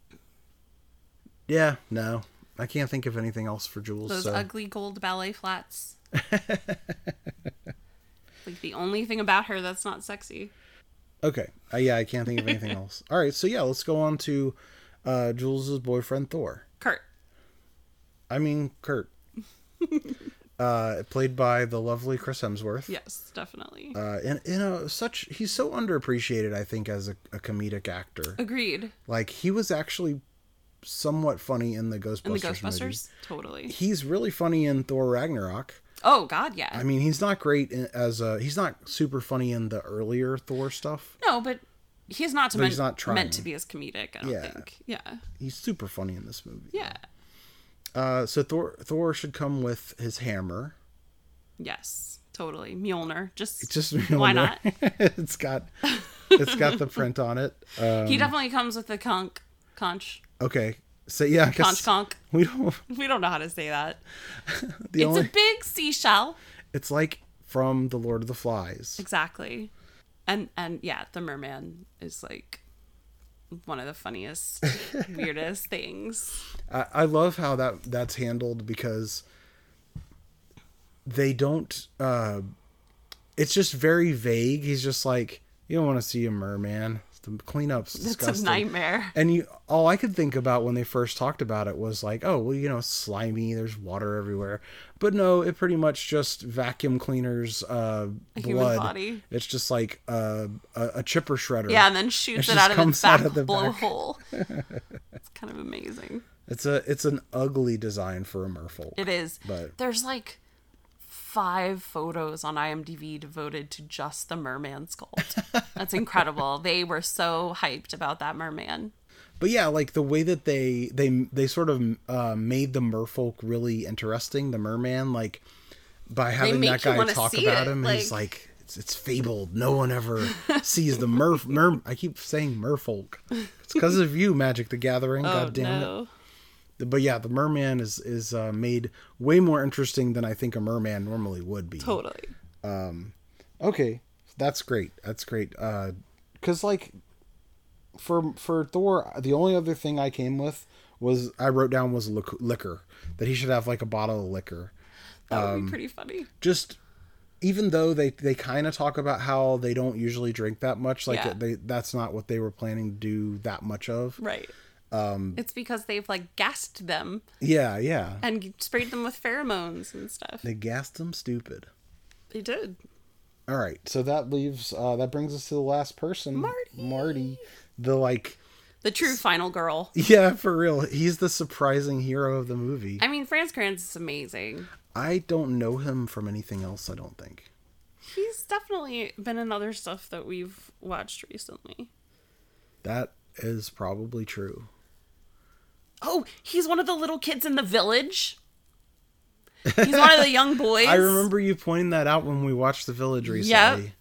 yeah, no, I can't think of anything else for Jules.
those
so
ugly gold ballet
*laughs*
flats. like the only thing about her that's not sexy.
okay, uh, yeah, I can't think of
*laughs*
anything else. All right, so yeah, let's go on to uh, Jules's boyfriend Thor.
Kurt.
I mean,
*laughs*
Kurt. uh, played by the lovely Chris Hemsworth.
Yes, definitely.
Uh, and you know, such he's so underappreciated. I think as a, a comedic actor,
Agreed.
like he was actually somewhat funny in the Ghostbusters.
In the
movies.
Ghostbusters? Totally.
He's really funny in Thor Ragnarok.
Oh god, yeah.
I mean, he's not great in, as a he's not super funny in the earlier Thor stuff.
no, but he's not, to
But
meant,
he's not trying.
meant to be as comedic, I don't
Yeah.
think. Yeah.
He's super funny in this movie.
Yeah.
Uh, so Thor Thor should come with his hammer.
Yes. Totally. Mjolnir. Just,
Just
why not?
*laughs* it's got it's got the print on it. Uh,
he definitely comes with the conch conch.
okay, so yeah, I guess
Conch conch.
we don't.
We don't know how to say that.
The
it's
only
a big seashell.
It's like from The Lord of the Flies.
Exactly. And and yeah, the merman is like one of the
*laughs*
funniest, weirdest things.
I, I love how that that's handled because they don't. Uh, it's just very vague. He's just like, you don't want to see a merman. It's The cleanup's
It's
disgusting.
a nightmare.
And you, all I could think about when they first talked about it was like, oh, well, you know, slimy. There's water everywhere. But no, it pretty much just vacuum cleaners, uh, blood.
human body.
It's just like uh, a, a chipper shredder.
Yeah, and then shoots it,
just
out of
comes
its back
out of the back. *laughs*
blowhole. it's kind of amazing.
It's a it's an ugly design for a merfolk.
It is.
But-
There's like five photos on IMDb devoted to just the merman sculpt. That's incredible. they were so hyped about that merman.
but yeah, like the way that they they they sort of uh, made the merfolk really interesting, the merman, like by having
make
that
you
guy
wanna
talk
see
about
it,
him, he's
like-
like, it's, it's fabled. No one ever sees the merf. Mer, I keep saying merfolk. It's because of you, Magic the
*laughs* Oh,
Gathering. God damn it. But yeah, the merman is is uh, made way more interesting than I think a merman normally would be.
Totally.
Okay, that's great. That's great. Uh, cause like, for for Thor, the only other thing I came with was I wrote down was lic- liquor that he should have like a bottle of liquor.
That
Um,
would be pretty funny.
Just even though they they kind of talk about how they don't usually drink that much, like
Yeah.
they that's not what they were planning to do that much of.
Right. Um, it's because they've like gassed them
Yeah, yeah.
and sprayed them with pheromones and stuff.
They gassed them stupid.
They did.
All right, so that leaves uh, that brings us to the last person, Marty. Marty, the like.
The true final girl.
Yeah, for real. He's the surprising hero of the movie.
I mean, Franz Kranz is amazing.
I don't know him from anything else, I don't think.
He's definitely been in other stuff that we've watched recently.
That is probably true.
Oh, he's one of the little kids in the village. He's one of the young boys.
*laughs* I remember you pointing that out when we watched The Village recently.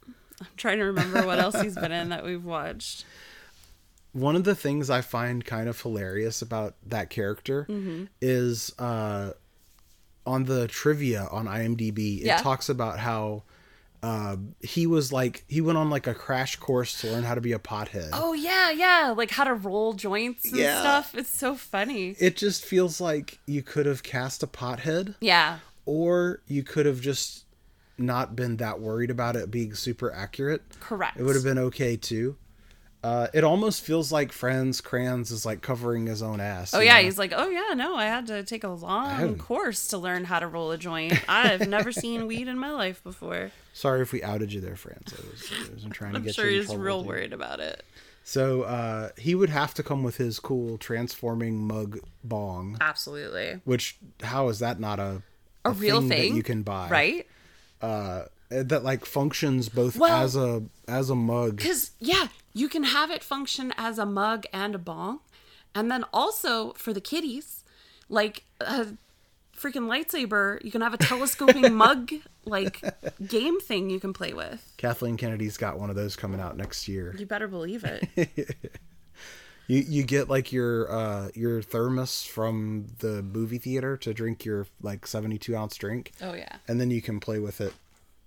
I'm trying to remember what else he's been in that we've watched.
One of the things I find kind of hilarious about that character
Mm-hmm.
is uh, on the trivia on IMDb,
Yeah.
it talks about how uh, he was like, he went on like a crash course to learn how to be a pothead.
Oh yeah, yeah, like how to roll joints and
Yeah.
stuff. It's so funny.
It just feels like you could have cast a pothead.
Yeah.
or you could have just not been that worried about it being super accurate.
Correct.
It would have been okay too. Uh, it almost feels like Franz Kranz is like covering his own ass.
Oh
you
yeah,
know?
he's like, oh yeah, no, I had to take a long
haven't-
course to learn how to roll a joint. I've never seen weed in my life before.
Sorry if we outed you there, Franz. I was, I was trying to
I'm
get
sure
you in
he's
trouble
real
with you.
worried about it.
So uh, he would have to come with his cool transforming mug bong.
Absolutely,
Which how is that not a
Ah. a, real thing,
that you can buy
right?
Uh, that like functions both
Well-
as a as a mug.
Because, yeah, you can have it function as a mug and a bong. And then also for the kitties, like a freaking lightsaber, you can have
*laughs*
a telescoping mug, like game thing you can play with.
Kathleen Kennedy's got one of those coming out next year.
You better
*laughs*
believe it.
You you get like your uh your thermos from the movie theater to drink your like seventy two ounce drink,
oh, yeah.
and then you can play with it.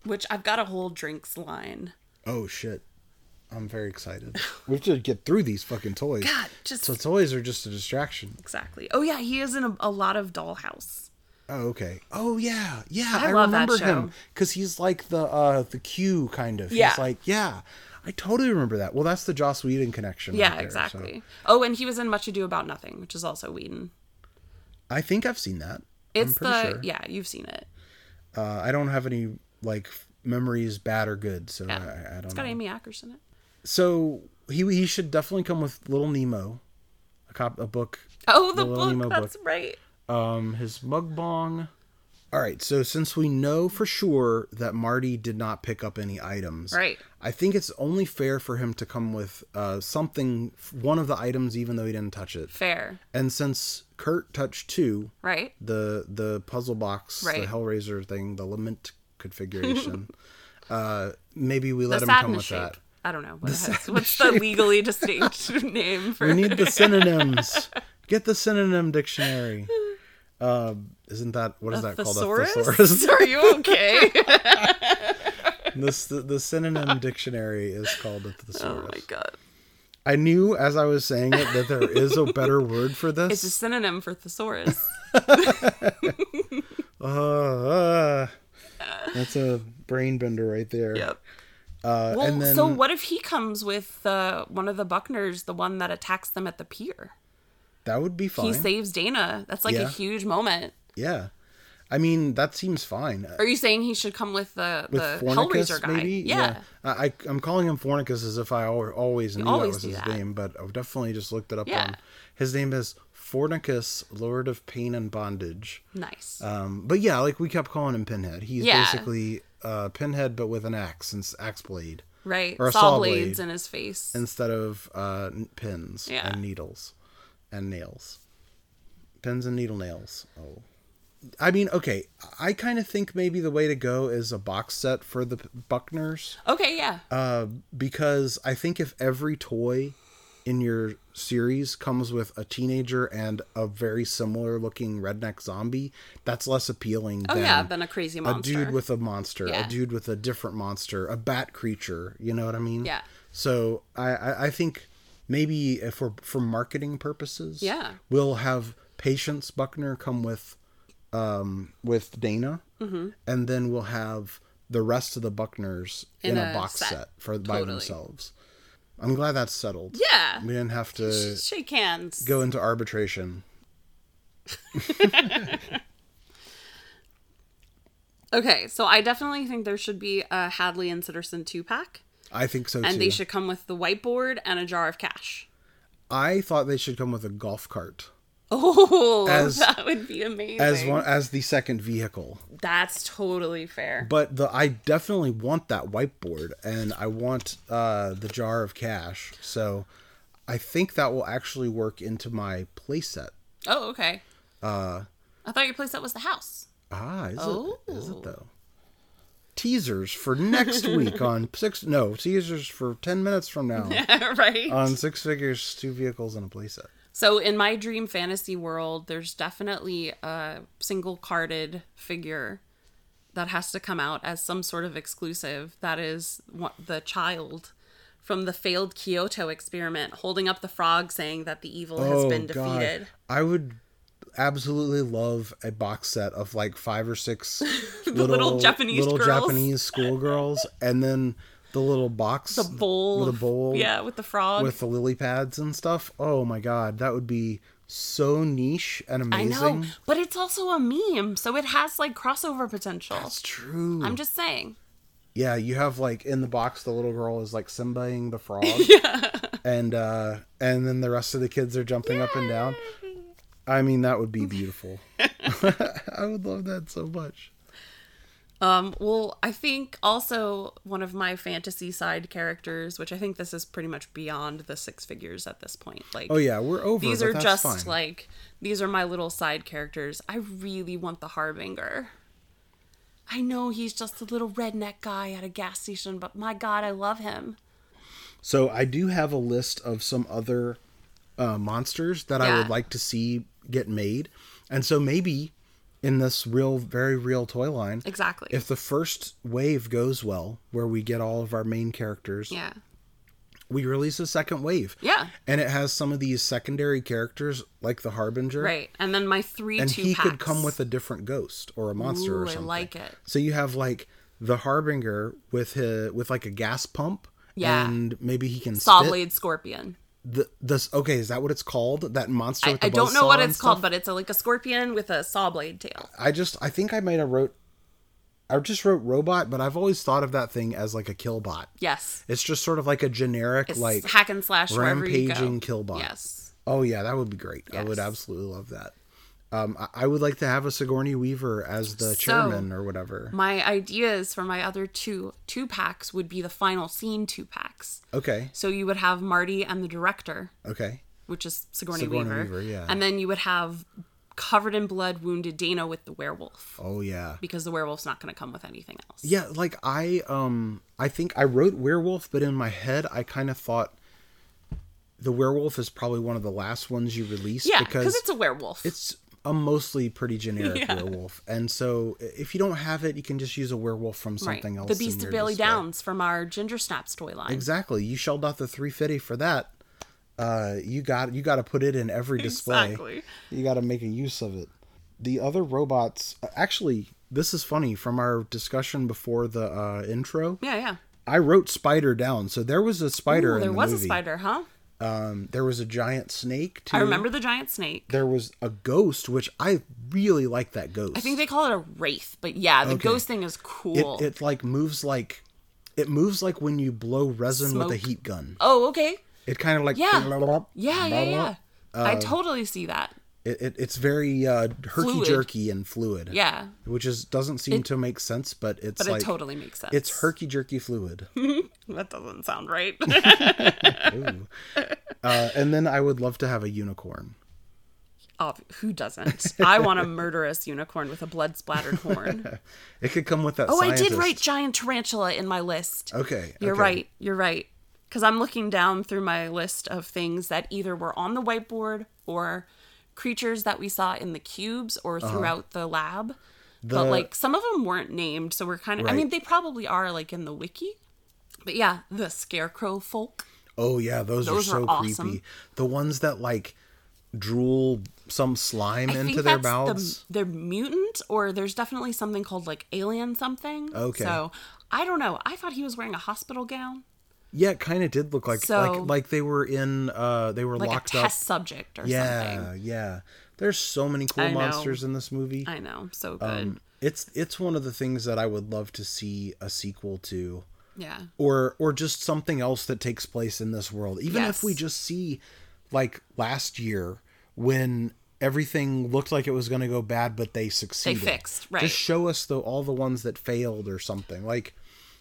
Which I've got a whole drinks line.
Oh shit! I'm very
*laughs*
excited. we have to get through these fucking toys.
God, just
So toys are just a distraction.
exactly. Oh, yeah, he is in a, a lot of dollhouse.
Oh okay. Oh yeah, yeah. I,
I love that
remember him
show.
because he's like the uh the Q kind of.
Yeah.
He's like yeah. I totally remember that. Well, that's the Joss Whedon connection.
Yeah,
right there, so.
exactly. Oh, and he was in Much Ado About Nothing, which is also Whedon.
I think I've seen that. I'm
It's
pretty
the,
sure.
yeah, you've seen it.
Uh, I don't have any like f- memories, bad or good, so I,
Yeah.
I don't
It's
know.
got Amy Ackers in it.
So he he should definitely come with Little Nemo, a cop a book,
Oh, the,
The Little
book.
Nemo book.
that's right.
um his mug bong. All right, so since we know for sure that Marty did not pick up any items,
Right.
I think it's only fair for him to come with uh something one of the items even though he didn't touch it.
Fair,
And since Kurt touched two,
right?
the the puzzle box, the
Right.
Hellraiser thing, the lament
*laughs*
configuration, uh maybe we let
the
him come with
sadness shape.
that.
I don't know. What has, what's the legally distinct *laughs* name for
We need the synonyms. Get the synonym
*laughs*
dictionary. Um, isn't that what is that
thesaurus?
called? A thesaurus.
*laughs* Are
*laughs*
you okay?
Oh, this the, the
*laughs*
synonym dictionary is called a
oh
thesaurus.
my god.
I knew as I was saying it that there is a
*laughs*
better word for this.
It's a synonym for thesaurus.
Uh, uh, that's a brain bender right there.
yep.
Uh, *laughs*
Well,
and then
Oh, so what if he comes with uh, one of the Buckners, the one that attacks them at the pier?
that would be fine.
He saves Dana. That's like
Yeah.
a huge moment.
yeah. I mean, that seems fine.
Are you saying he should come with the
with
the
Fornicus,
Hellraiser guy?
maybe.
Yeah.
I, I I'm calling him Fornicus as if I al- always knew
always
that
do
was his
that.
name, but I've definitely just looked it up.
Yeah.
On his name is Fornicus, Lord of Pain and Bondage.
Nice.
Um, but yeah, like we kept calling him Pinhead. He's
Yeah.
basically uh, Pinhead, but with an axe and s- axe blade
right.
or a
Saw,
saw
blades
blade.
in his face.
instead of uh, n- pins
Yeah.
and needles and nails. Pins and needle nails. Oh. I mean, okay. I kind of think maybe the way to go is a box set for the P- Buckners.
okay. Yeah.
Uh, because I think if every toy in your series comes with a teenager and a very similar looking redneck zombie, that's less appealing
oh
than
yeah. Than a crazy
a
monster.
dude with a monster,
Yeah.
a dude with a different monster, a bat creature. You know what I mean?
Yeah.
So I, I, I think maybe if we're for marketing purposes,
Yeah.
we'll have Patience Buckner come with, um, with Dana,
Mm-hmm.
and then we'll have the rest of the Buckners in,
In
a,
a
box set,
set.
for by
Totally.
themselves. I'm glad that's settled.
yeah.
We didn't have to
Shake hands.
go into arbitration.
Okay. So I definitely think there should be a Hadley and Sitterson two pack,
I think so
and
too.
they should come with the whiteboard and a jar of cash.
I thought they should come with a golf cart
*laughs* Oh,
As-
that would be amazing.
as one as the second vehicle.
That's totally fair.
But the I definitely want that whiteboard and I want uh, the jar of cash. So I think that will actually work into my playset.
Oh, okay. Uh, I thought your place that was the house.
Ah, is it? Is it though? Teasers for next week on six. No teasers for ten minutes from now
right.
on six figures, two vehicles, and a playset.
so in my dream fantasy world, there's definitely a single carded figure that has to come out as some sort of exclusive. That is what the child from the failed Kyoto experiment holding up the frog saying that the evil
Oh,
has been defeated.
I would absolutely love a box set of like five or
*laughs*
six little,
little Japanese
little
girls.
Japanese schoolgirls, and then the little box,
The bowl.
with a
of-
bowl,
Yeah, with the frog.
Oh. with the lily pads and stuff. Oh my god, that would be so niche and
I
amazing.
know, but it's also a meme, so it has like crossover potential.
It's true.
I'm just saying.
yeah, you have like in the box, the little girl is like Simbaing the
*laughs*
frog, yeah, and uh, and then the rest of the kids are jumping up and down. I mean, that would
*laughs*
be beautiful. I would love that so much.
Um, well, I think also one of my fantasy side characters, which I think this is pretty much beyond the six figures at this point. Like,
Oh yeah, we're over.
these
but
are
that's
just
fine.
like these are my little side characters. I really want the Harbinger. I know he's just a little redneck guy at a gas station, but my God, I love him.
So I do have a list of some other uh, monsters that I
Yeah.
would like to see get made, and so maybe in this real, very real toy line,
Exactly.
if the first wave goes well, where we get all of our main characters,
yeah.
we release a second wave.
Yeah.
and it has some of these secondary characters like the Harbinger,
Right. And then my three
And
two
he
packs.
could come with a different ghost or a monster or
Ooh, I
something.
like it.
So you have like the Harbinger with his, with like a gas pump.
Yeah.
And maybe he can
saw
spit.
blade scorpion.
the this okay is that what it's called that monster
I,
with the
I don't know
buzzsaw
what
and
it's called,
stuff?
but it's a, like a scorpion with a saw blade tail.
i just i think i might have wrote i just wrote robot but i've always thought of that thing as like a killbot
Yes.
it's just sort of like a generic
It's
like
hack and slash wherever you go.
rampaging killbot
Yes.
oh yeah that would be great i would
Yes.
absolutely love that um I, I would like to have a sigourney weaver as the chairman or whatever
My ideas for my other two two packs would be the final scene two packs.
okay
So you would have Marty and the director,
okay
which is Sigourney,
Sigourney
Weaver,
Weaver, yeah.
and then you would have covered in blood wounded Dana with the werewolf
oh yeah
because the werewolf's not going to come with anything else.
Yeah, like I um I think I wrote werewolf, but in my head I kind of thought the werewolf is probably one of the last ones you release
Yeah,
because
because it's a werewolf.
it's a mostly pretty generic werewolf. And so i- if you don't have it, you can just use a werewolf from something else.
The
in
Beast
your
of Bailey
display.
Downs from our Ginger Snaps toy line.
Exactly. You shelled out the 350 for that. Uh you got you got to put it in every display. You got to make a use of it. The other robots actually this is funny from our discussion before the uh intro.
Yeah, yeah.
I wrote spider down, so there was a spider.
Ooh,
in
there
the
was
movie.
a spider, huh?
Um, there was a giant snake too.
I remember the giant snake.
There was a ghost, which I really like that ghost.
I think they call it a wraith, but yeah, the ghost thing is cool.
it, it like moves like it moves like when you blow resin with a heat gun.
oh, okay.
It kind of like
Yeah.
*laughs*
Yeah, yeah, yeah.
uh,
I totally see that.
It, it, it's very uh, herky
Fluid.
jerky and fluid.
Yeah.
which is doesn't seem to make sense, but it's
But
like
it totally makes sense.
it's herky jerky fluid.
That doesn't sound right.
Uh, and then I would love to have a unicorn.
Ob- who doesn't? I want a murderous unicorn with a blood splattered
*laughs*
horn.
It could come with that.
Oh, I did
scientist.
write giant tarantula in my list.
Okay,
You're
okay.
right. You're right. Because I'm looking down through my list of things that either were on the whiteboard or creatures that we saw in the cubes or
Uh-huh.
throughout the lab.
The-
But like some of them weren't named, so we're kind of. I mean,
Uh, Right.
they probably are like in the wiki. But yeah, the scarecrow folk.
Oh yeah, those,
Those
are
are
so
awesome.
creepy. The ones that like drool some slime
I
into
think
their
that's the-
mouths.
they're mutant, or there's definitely something called like alien something.
Okay.
So I don't know. I thought he was wearing a hospital gown,
Yeah, it kind of did look like
So-
like like they were in uh they were
like
locked
a
up.
test subject or
Yeah,
something.
yeah. There's so many cool
I know.
monsters in this movie.
I know. So good.
Um, Mm. It's it's one of the things that I would love to see a sequel to.
yeah.
or or just something else that takes place in this world even if
Yes.
we just see like last year when everything looked like it was going to go bad but they succeeded
fixed, right.
just show us the all the ones that failed or something like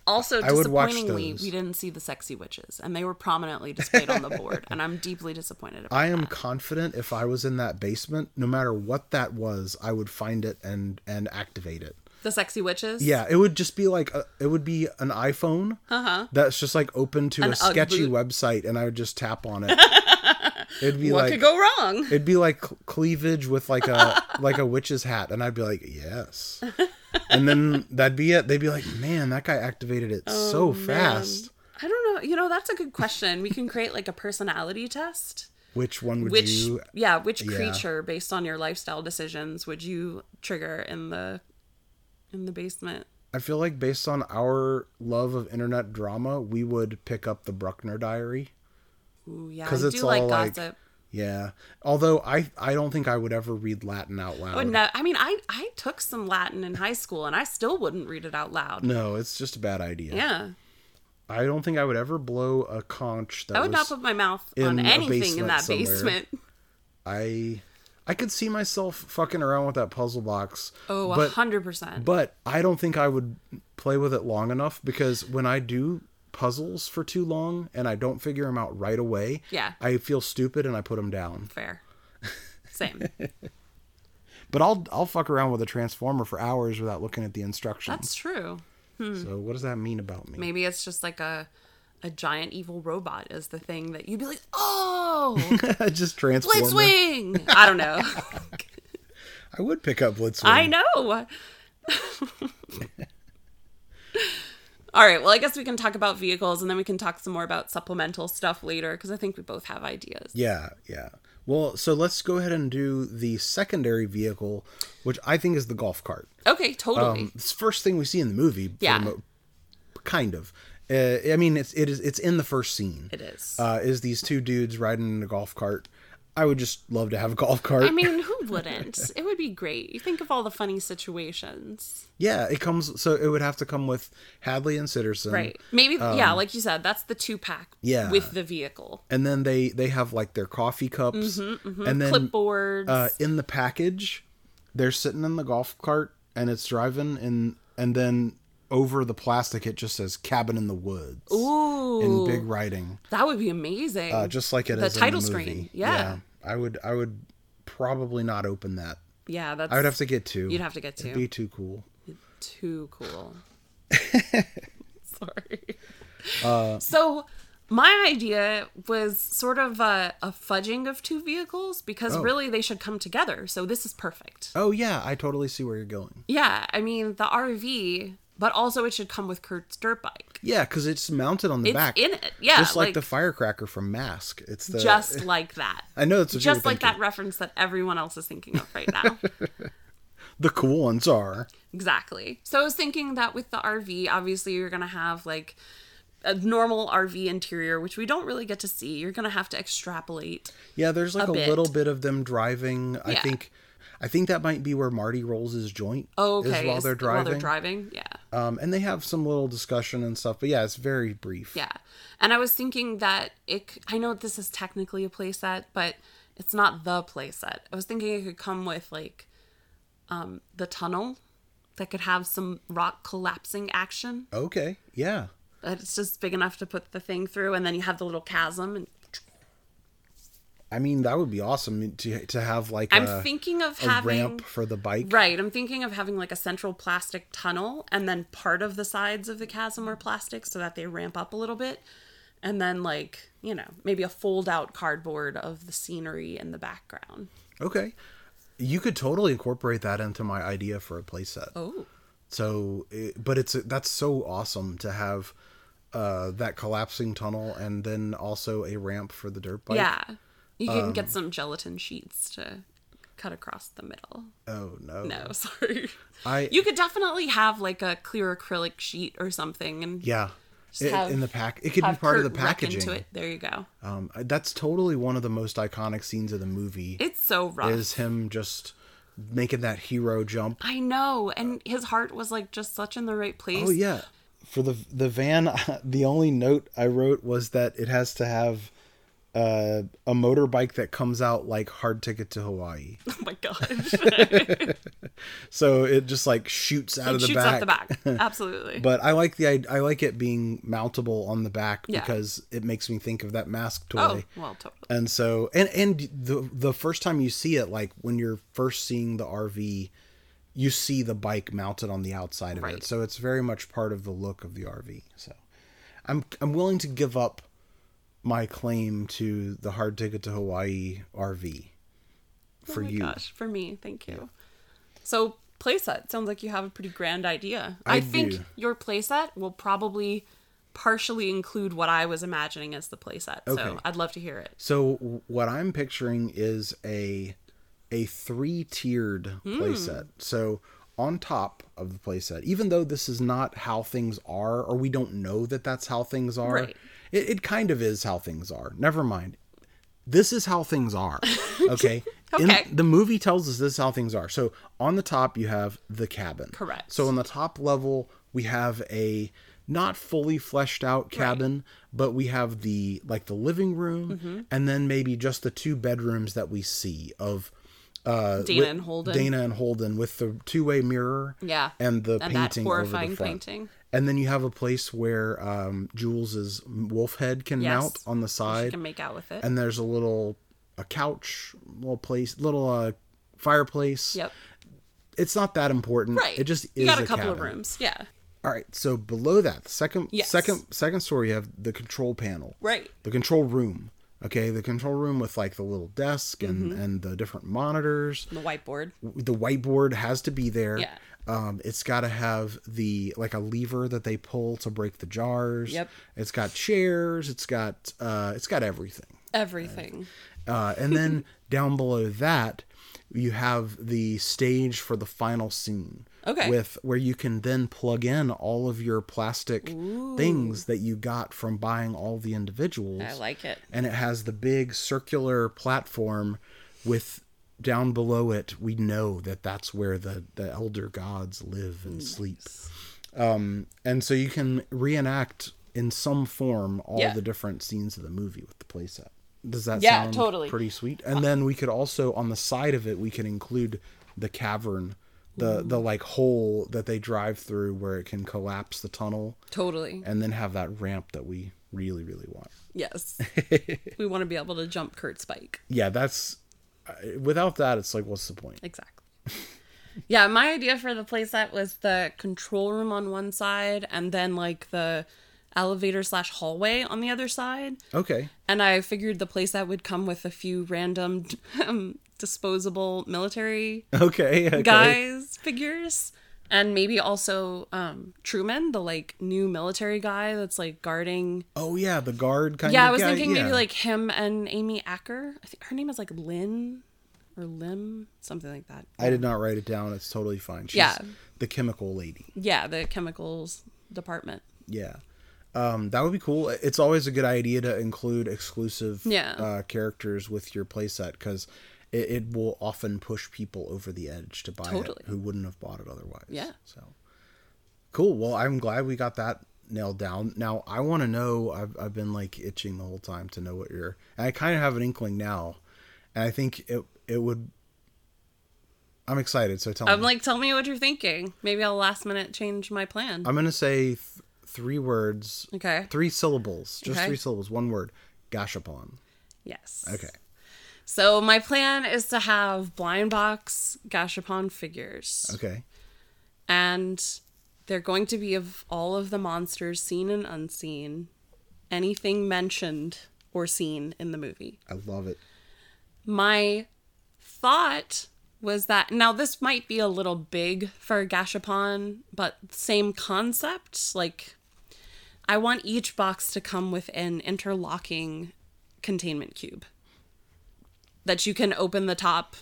Also,
I would watch
disappointingly,
those.
we didn't see the sexy witches, and they were prominently displayed on the board, and I'm deeply disappointed. About
i am confident if i was in that basement no matter what that was i would find it and and activate it
the sexy witches.
yeah it would just be like a, it would be an iphone uh-huh. that's just like open to a
An
sketchy
Ugg boot.
website and i would just tap on
*laughs*
it it'd be
what
like
could go
*laughs*
wrong?
It'd be like cl- cleavage with like a like a witch's hat, and I'd be like, yes. And then that'd be it. They'd be like, man, that guy activated it
Oh,
so fast.
I don't know. You know, that's a good question. We can create like a personality test.
Which one would
Which,
you?
yeah, which creature, based on your lifestyle decisions, would you trigger in the in the basement?
I feel like based on our love of internet drama, we would pick up the Bruckner Diary.
Ooh, yeah, I
'Cause it's
do like
all, like,
gossip.
Yeah. Although I I don't think I would ever read Latin out loud.
Oh,
But no, I mean, I I took some Latin in high school, and I still wouldn't read it out loud.
No, it's just a bad idea.
Yeah,
I don't think I would ever blow a conch. That
I would
was,
not put my mouth
in
on
a
anything
basement
in that
somewhere.
basement.
I I could see myself fucking around with that puzzle box.
Oh,
but-
a hundred percent.
But I don't think I would play with it long enough because when I do puzzles for too long and I don't figure them out right away,
Yeah.
I feel stupid and I put them down.
Fair. Same.
But I'll I'll fuck around with a transformer for hours without looking at the instructions.
That's true. Mm-hmm.
so what does that mean about *laughs* me?
Maybe it's just like a a giant evil robot is the thing that you'd be like, oh,
Just transformer.
Blitzwing. I don't know. *laughs*
I would pick up Blitzwing.
I know. *laughs* All right. Well, I guess we can talk about vehicles and then we can talk some more about supplemental stuff later because I think we both have ideas.
Yeah, yeah. Well, so let's go ahead and do the secondary vehicle, which I think is the golf cart.
Okay, totally.
um, it's the first thing we see in the movie. for
Yeah.
the mo- kind of. Uh, I mean, it's it is it's in the first scene.
it is.
Uh, is these two dudes riding in a golf cart? I would just love to have a *laughs* golf cart.
I mean, who wouldn't? It would be great. You think of all the funny situations.
yeah, it comes. So it would have to come with Hadley and Sitterson,
Right. Maybe yeah, like you said, that's the two pack
Um, Yeah.
with the vehicle.
And then they they have like their coffee cups,
Mm-hmm,
and then
Clipboards.
uh, in the package, they're sitting in the golf cart and it's driving, and and then over the plastic it just says "cabin in the woods" in
Ooh.
big writing.
that would be amazing.
uh, just like it is
the title
in the movie.
screen. Yeah.
I would I would probably not open that.
yeah. that's
I would have to get two.
You'd have to get
It'd
two.
be too cool.
too
*laughs*
cool. Sorry.
Uh,
so my idea was sort of a, a fudging of two vehicles because really they should come together. So this is perfect.
Oh yeah, I totally see where you're going.
Yeah, I mean the RV, but also it should come with Kurt's dirt bike.
Yeah, because it's mounted on the
It's
back.
in it. Yeah,
just like,
like-
the firecracker from Mask. It's the
Just like that.
*laughs* I know it's
just like that reference that everyone else is thinking of
*laughs*
right now.
The cool ones are
exactly. So I was thinking that with the RV, obviously you're going to have like a normal RV interior, which we don't really get to see. You're gonna have to extrapolate.
Yeah, there's like a,
A bit.
little bit of them driving. I
Yeah.
think, I think that might be where Marty rolls his joint.
Oh,
is
okay.
while
is-
they're driving.
While they're driving, yeah,
Um, and they have some little discussion and stuff. But yeah, it's very brief.
yeah. And I was thinking that it. c- I know this is technically a playset, but it's not the playset. I was thinking it could come with like, um, the tunnel, that could have some rock collapsing action.
Okay. Yeah.
That it's just big enough to put the thing through, and then you have the little chasm. And
I mean, that would be awesome to to have like
I'm
a,
thinking of
Uh, a
having
ramp for the bike.
Right. I'm thinking of having like a central plastic tunnel and then part of the sides of the chasm are plastic so that they ramp up a little bit. And then like, you know, maybe a fold out cardboard of the scenery in the background.
Okay. You could totally incorporate that into my idea for a playset.
Oh.
So, it, but it's that's so awesome to have uh that collapsing tunnel and then also a ramp for the dirt bike.
yeah. You can
Um,
get some gelatin sheets to cut across the middle. *laughs*
Oh no.
No, sorry.
I
You could definitely have like a clear acrylic sheet or something and
yeah. It-
have-
in the pack, it could be
have
part of the
Kurt wreck
packaging.
into it. There you go.
Um, I- that's totally one of the most iconic scenes of the movie.
It's so rough.
is him just making that hero jump.
I know, and his heart was like just such in the right place.
Oh yeah. For the the van, *laughs* the only note I wrote was that it has to have uh, a motorbike that comes out like Hard Ticket to Hawaii.
Oh my
*laughs*
gosh.
So it just like shoots out of the
shoots
back.
out the back.
*laughs*
Absolutely.
But I like the I, I like it being mountable on the back
Yeah.
because it makes me think of that mask toy.
oh, well, totally.
and so and and the the first time you see it like when you're first seeing the rv you see the bike mounted on the outside of it
Right.
so it's very much part of the look of the rv so i'm i'm willing to give up my claim to the hard ticket to hawaii rv for
oh my
you
gosh, for me, thank you. So, playset sounds like you have a pretty grand idea. I,
I
think
do.
your playset will probably partially include what I was imagining as the playset.
Okay.
So, I'd love to hear it.
so w- what i'm picturing is a a three-tiered playset so on top of the playset even though this is not how things are or we don't know that that's how things are
Right.
it, it kind of is how things are never mind this is how things
*laughs*
are okay In-
Okay.
the movie tells us this is how things are so on the top you have the cabin
Correct.
so on the top level we have a not fully fleshed out cabin but we have the like the living room
Mm-hmm.
and then maybe just the two bedrooms that we see of uh
Dana
with-
and Holden.
Dana and Holden with the two-way mirror
Yeah.
and the
And that
painting over the
horrifying
front.
painting.
and then you have a place where um Jules's wolf head can
Yes.
mount on the
You
side
can make out with it.
and there's a little a couch little place little uh fireplace
yep.
it's not that important
Right.
it just is
You got a couple of
cabin.
rooms. Yeah.
All right, so below that, the second
Yes.
second second story you have the control panel.
Right.
The control room. Okay, the control room with like the little desk and
Mm-hmm.
and the different monitors.
The whiteboard.
The whiteboard has to be there.
Yeah.
Um, it's got to have the like a lever that they pull to break the jars.
Yep.
It's got chairs, it's got uh it's got everything.
Everything.
Uh, and then *laughs* down below that, you have the stage for the final scene.
Okay.
With where you can then plug in all of your plastic things that you got from buying all the individuals.
I like it.
And it has the big circular platform with down below it we know that that's where the the elder gods live and sleep. Um and so you can reenact in some form all
Yeah.
the different scenes of the movie with the playset. Does that
Yeah,
sound
totally. Uh,
pretty sweet? And then we could also on the side of it we can include the cavern, the the like hole that they drive through where it can collapse the tunnel
Totally.
and then have that ramp that we really really want. *laughs*
Yes. we want to be able to jump Kurt's bike.
Yeah, that's uh, without that it's like what's the point?
Exactly. yeah, my idea for the playset was the control room on one side and then like the elevator slash hallway on the other side.
Okay. *laughs*
And I figured the playset would come with a few random *laughs* um, disposable military
Okay. okay.
guys figures. And maybe also um, Truman, the like new military guy that's like guarding.
Oh yeah, the guard kind of
Yeah, I was
guy,
thinking
yeah.
maybe like him and Amy Acker. I think her name is like Lynn or Lim, something like that.
I did not write it down. It's totally fine. She's
Yeah.
the chemical lady.
Yeah, the chemicals department.
Yeah. Um, that would be cool. It's always a good idea to include exclusive
Yeah.
uh, characters with your playset because it, it will often push people over the edge to buy
Totally.
it who wouldn't have bought it otherwise.
Yeah.
So cool. Well, I'm glad we got that nailed down. Now I want to know. I've I've been like itching the whole time to know what your. And I kind of have an inkling now, and I think it it would. I'm excited. So tell
I'm
me.
like, tell me what you're thinking. Maybe I'll last minute change my plan.
I'm gonna say th- three words.
okay.
Three syllables. Just
Okay.
three syllables. One word. Gashapon.
Yes.
Okay.
So my plan is to have blind box Gashapon figures.
Okay.
and they're going to be of all of the monsters seen and unseen, anything mentioned or seen in the movie.
I love it.
My thought was that now this might be a little big for Gashapon, but same concept. Like, I want each box to come with an interlocking containment cube that you can open the top,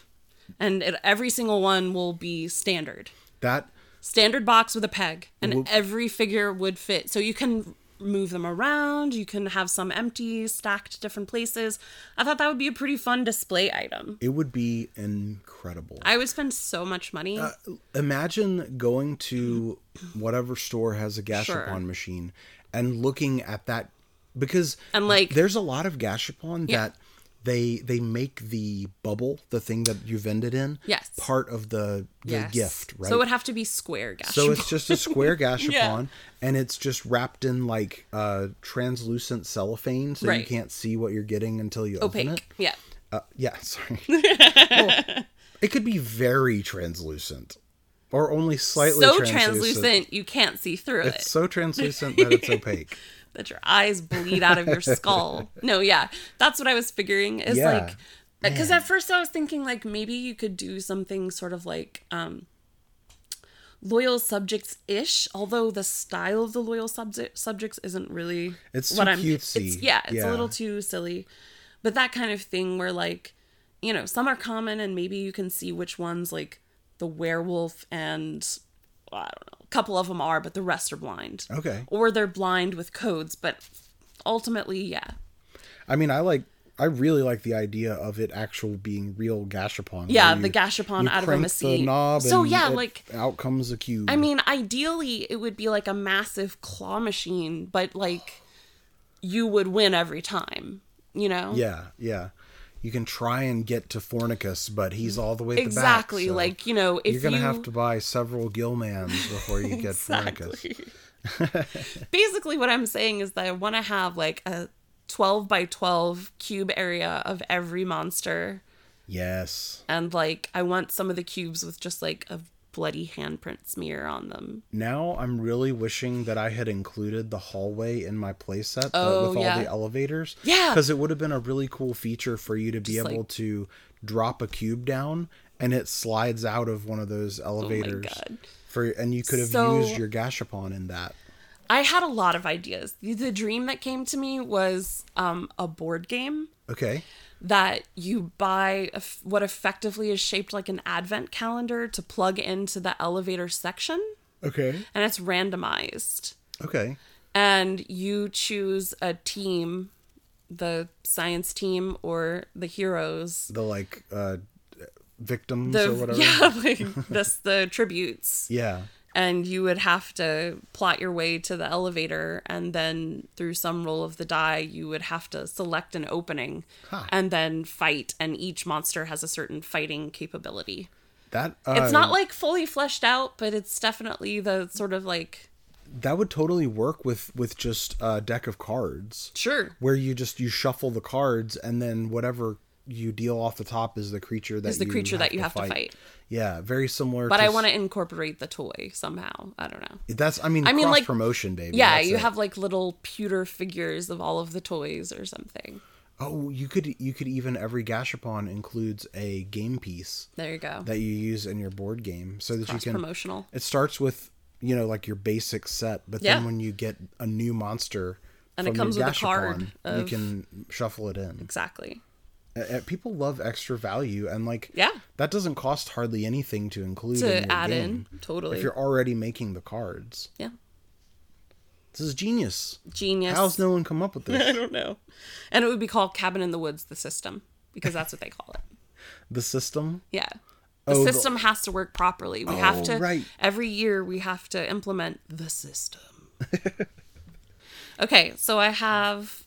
and it, every single one will be standard
That
standard box with a peg and
Whoop.
every figure would fit so you can move them around you can have some empty stacked different places i thought that would be a pretty fun display item
it would be incredible.
i would spend so much money
Imagine going to whatever store has a Gashapon
Sure.
machine and looking at that because
And, like-
there's a lot of Gashapon
Yeah.
that they they make the bubble, the thing that you've ended in,
Yes.
part of the, the
Yes.
gift, right?
so it would have to be square gash
So it's just a
*laughs*
square gashapon,
Yeah.
and it's just wrapped in like uh, translucent cellophane, so you
Right.
can't see what you're getting until you open it.
opaque yeah
Uh, yeah, *laughs* sorry.
*laughs*
Well, it could be very translucent, or only slightly
so
translucent.
translucent you can't see through
*laughs* It's
it
so translucent
*laughs*
that it's opaque.
that your eyes bleed out of your skull
*laughs*
no yeah that's what i was figuring is
Yeah.
like because at first i was thinking like maybe you could do something sort of like um loyal subjects ish although the style of the loyal subject subjects isn't really
It's too cutesy.
it's, yeah it's
Yeah.
a little too silly but that kind of thing where like you know some are common and maybe you can see which ones like the werewolf and well, i don't know a couple of them are but the rest are blind
Okay.
or they're blind with codes but ultimately yeah *laughs*
I mean, I like. I really like the idea of it actual being real gashapon.
Yeah,
where
the Gashapon
you
out of a
crank The
machine.
knob
So,
and
yeah,
it-
like-
out comes a cube.
I mean, ideally, it would be like a massive claw machine, but like you would win every time, you know?
Yeah, yeah. You can try and get to Fornicus, but he's all the way at the back.
Exactly.
so
Like, you know, if
you're gonna
you
have to buy several Gillmans before you
*laughs*
get Fornicus.
basically what I'm saying is that I want to have like a 12 by 12 cube area of every monster.
Yes.
And like, I want some of the cubes with just like a bloody handprint smear on them.
Now I'm really wishing that I had included the hallway in my playset the-
Oh,
with all
yeah.
the elevators.
Yeah.
Because it would have been a really cool feature for you to be
Just,
able
like-
to drop a cube down and it slides out of one of those elevators.
Oh God.
For and you could have
So-
used your gashapon in that.
I had a lot of ideas. The, the dream that came to me was um, a board game
Okay.
that you buy a f- what effectively is shaped like an advent calendar to plug into the elevator section,
Okay.
and it's randomized.
Okay.
And you choose a team, the science team or the heroes. *laughs*
The like uh victims
The,
or whatever.
yeah, like that's the tributes.
*laughs* Yeah.
and you would have to plot your way to the elevator and then through some roll of the die you would have to select an opening
Huh.
and then fight and each monster has a certain fighting capability
That uh,
it's not like fully fleshed out but it's definitely the sort of like
that would totally work with with just a deck of cards
sure
where you just you shuffle the cards and then whatever you deal off the top is the creature that
Is the
you
creature that you have to fight.
Yeah, very similar.
but i want to incorporate the toy somehow i don't know
to. That's I mean,
I mean,
cross
like-
promotion, baby.
yeah
That's
you
it.
have like little pewter figures of all of the toys or something
Oh, you could you could even every gashapon includes a game piece
there you go
that you use in your board game so that you
cross
can
promotional
It starts with you know like your basic set, but then
Yeah.
when you get a new monster
And it
from your
comes with a card
Gashapon, you
of-
can shuffle it in.
exactly
Uh, people love extra value, and like
Yeah.
that doesn't cost hardly anything to include in
to
your
add
game
in totally
if you're already making the cards.
yeah
This is genius.
Genius.
How's no one come up with
I *laughs*
this?
don't know. And it would be called Cabin in the Woods, the system, because that's what they call it.
The system.
Yeah. The
Oh, the-
system has to work properly. We have
Oh,
to
right.
every year we have to implement the system. *laughs* okay, so I have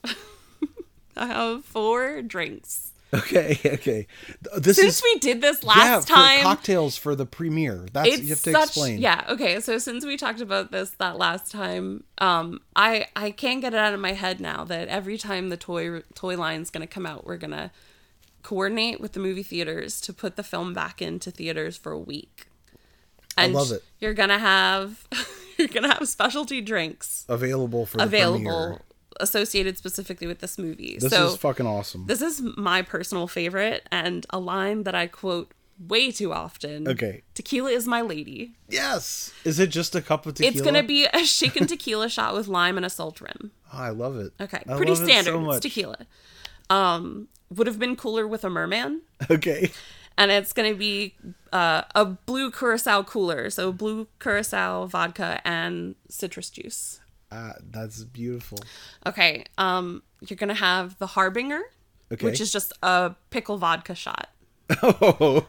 I have four drinks.
*laughs* Okay, okay. Th- This
Since
is
we did this
yeah
last
for
time,
cocktails for the premiere. That's
it's
you have to
such
explain.
yeah okay so since we talked about this that last time um i i can't get it out of my head now that every time the toy toy line's gonna come out we're gonna coordinate with the movie theaters to put the film back into theaters for a week and
love it.
you're gonna have *laughs* you're gonna have specialty drinks *laughs*
Available for the
available
premiere.
associated specifically with this movie
This
so
is fucking awesome.
this is my personal favorite and a line that i quote way too often
Okay.
tequila is my lady
yes. Is it just a cup of tequila?
it's gonna be a shaken tequila shot with lime and a salt rim.
Oh, I love it.
Okay,
I
pretty
love it so
standard.
much.
It's tequila. Um, would have been cooler with a merman,
Okay.
and it's gonna be uh, a blue curacao cooler, so blue curacao vodka and citrus juice.
Ah, that's beautiful.
Okay, um, you're gonna have the harbinger,
Okay. *laughs*
which is just a pickle vodka shot. *laughs*
oh,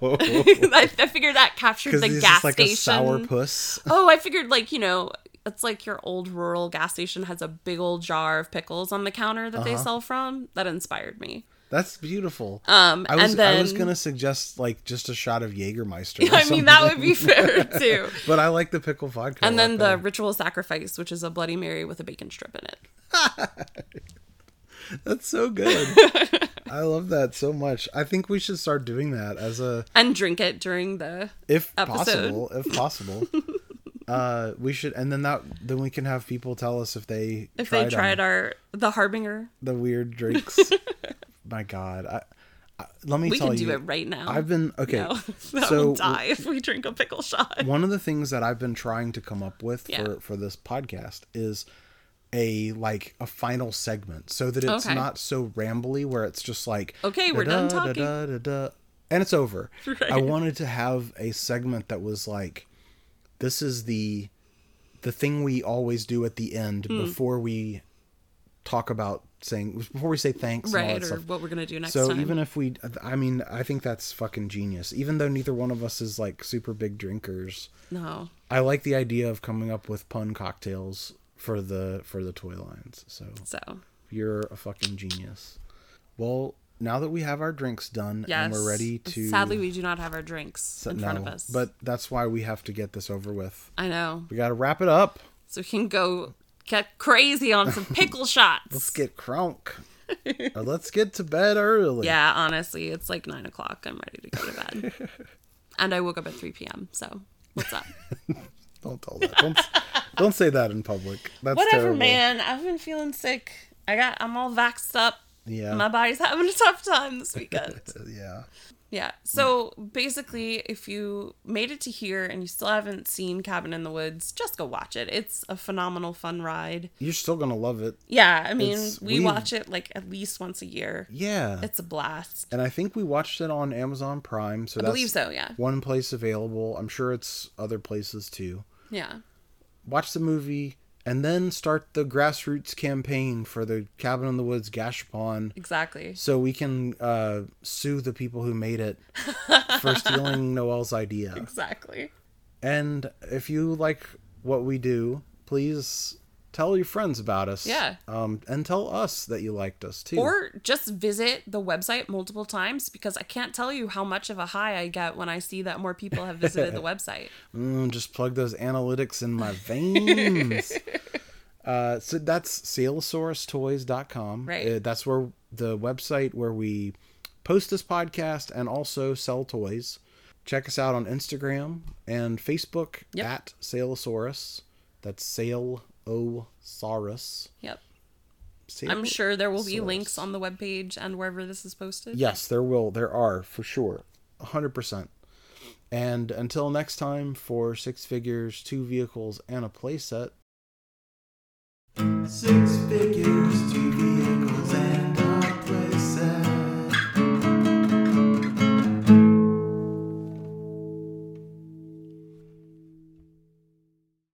I, I figured that captured
because
the
he's
gas
just like a
station.
sour puss.
Oh, I figured like, you know, it's like your old rural gas station has a big old jar of pickles on the counter that
Uh-huh.
they sell from. That inspired me.
That's beautiful.
Um,
I was
and
I was
then-
gonna suggest like just a shot of
*laughs*
Jägermeister. or
I mean, that
something.
would be
*laughs*
fair too.
But I like the pickle vodka.
And
a
then
lot
the
better.
ritual sacrifice, which is a Bloody Mary with a bacon strip in it.
that's
*laughs*
so good. I love that so much. I think we should start doing that as a
And drink it during the.
if
Episode.
possible,
*laughs*
if possible. uh, we should, and then that then we can have people tell us if they
If
tried
they
'em,
tried our. The Harbinger.
the weird
*laughs*
drinks. My God, I, I, let me
We
tell
can
you,
do it right now.
I've been okay.
No, *laughs* that
so
will die if we drink a pickle shot.
*laughs* one of the things that I've been trying to come up with
Yeah.
for for this podcast is a like a final segment so that it's
Okay.
not so rambly where it's just like
Okay, we're done
da-da,
talking.
da-da, da-da, and it's over. I
*laughs* Right.
wanted to have a segment that was like this is the the thing we always do at the end
Hmm.
before we talk about saying before we say thanks and all
Right,
that
or
stuff.
what we're going to do next
So
time.
even if we, I mean, I think that's fucking genius. Even though neither one of us is like super big drinkers,
no.
I like the idea of coming up with pun cocktails for the for the toy lines. So
So,
you're a fucking genius. Well, now that we have our drinks done
yes.
and we're ready to
Sadly, we do not have our drinks
So-
in front of
no,
us.
but that's why we have to get this over with.
I know.
We got to wrap it up.
So we can go get crazy on
*laughs*
some pickle shots.
Let's get
*laughs*
crunk. Or let's get to bed early.
yeah, honestly, it's like nine o'clock. I'm ready to go to bed.
*laughs*
and I woke up at 3 p.m. So what's up?
Don't tell that. Don't, don't say that in public. That's
Whatever,
terrible.
man. I've been feeling sick. I got. I'm all vaxxed up.
Yeah.
My body's having a tough time this
*laughs*
weekend.
Uh, yeah.
yeah. So basically, if you made it to here and you still haven't seen Cabin in the Woods, just go watch it. It's a phenomenal fun ride.
You're still going to love it.
Yeah, I mean,
It's-
we
we've-
watch it like at least once a year.
Yeah.
It's a blast.
and I think we watched it on Amazon Prime. So
I
that's
believe so, yeah.
one place available. I'm sure it's other places too.
Yeah.
Watch the movie and then start the grassroots campaign for the Cabin in the Woods Gashapon
Exactly.
so we can uh, sue the people who
*laughs*
made it for stealing Noel's idea.
Exactly.
And if you like what we do, please tell your friends about us.
Yeah.
Um, and tell us that you liked us too.
Or just visit the website multiple times because I can't tell you how much of a high I get when I see that more people have visited the website.
Mm, just plug those analytics in
*laughs*
my veins. uh, so that's salesaurustoys.com.
Right.
Uh, that's where the website where we post this podcast and also sell toys. Check us out on Instagram and Facebook
Yep.
at Salesaurus. That's Sale O Saurus.
Yep. I'm sure there will be links on the webpage and wherever this is posted.
Yes, there will. There are for sure. 100%. And until next time, for six figures, two vehicles, and a playset.
Six figures, two vehicles, and a playset.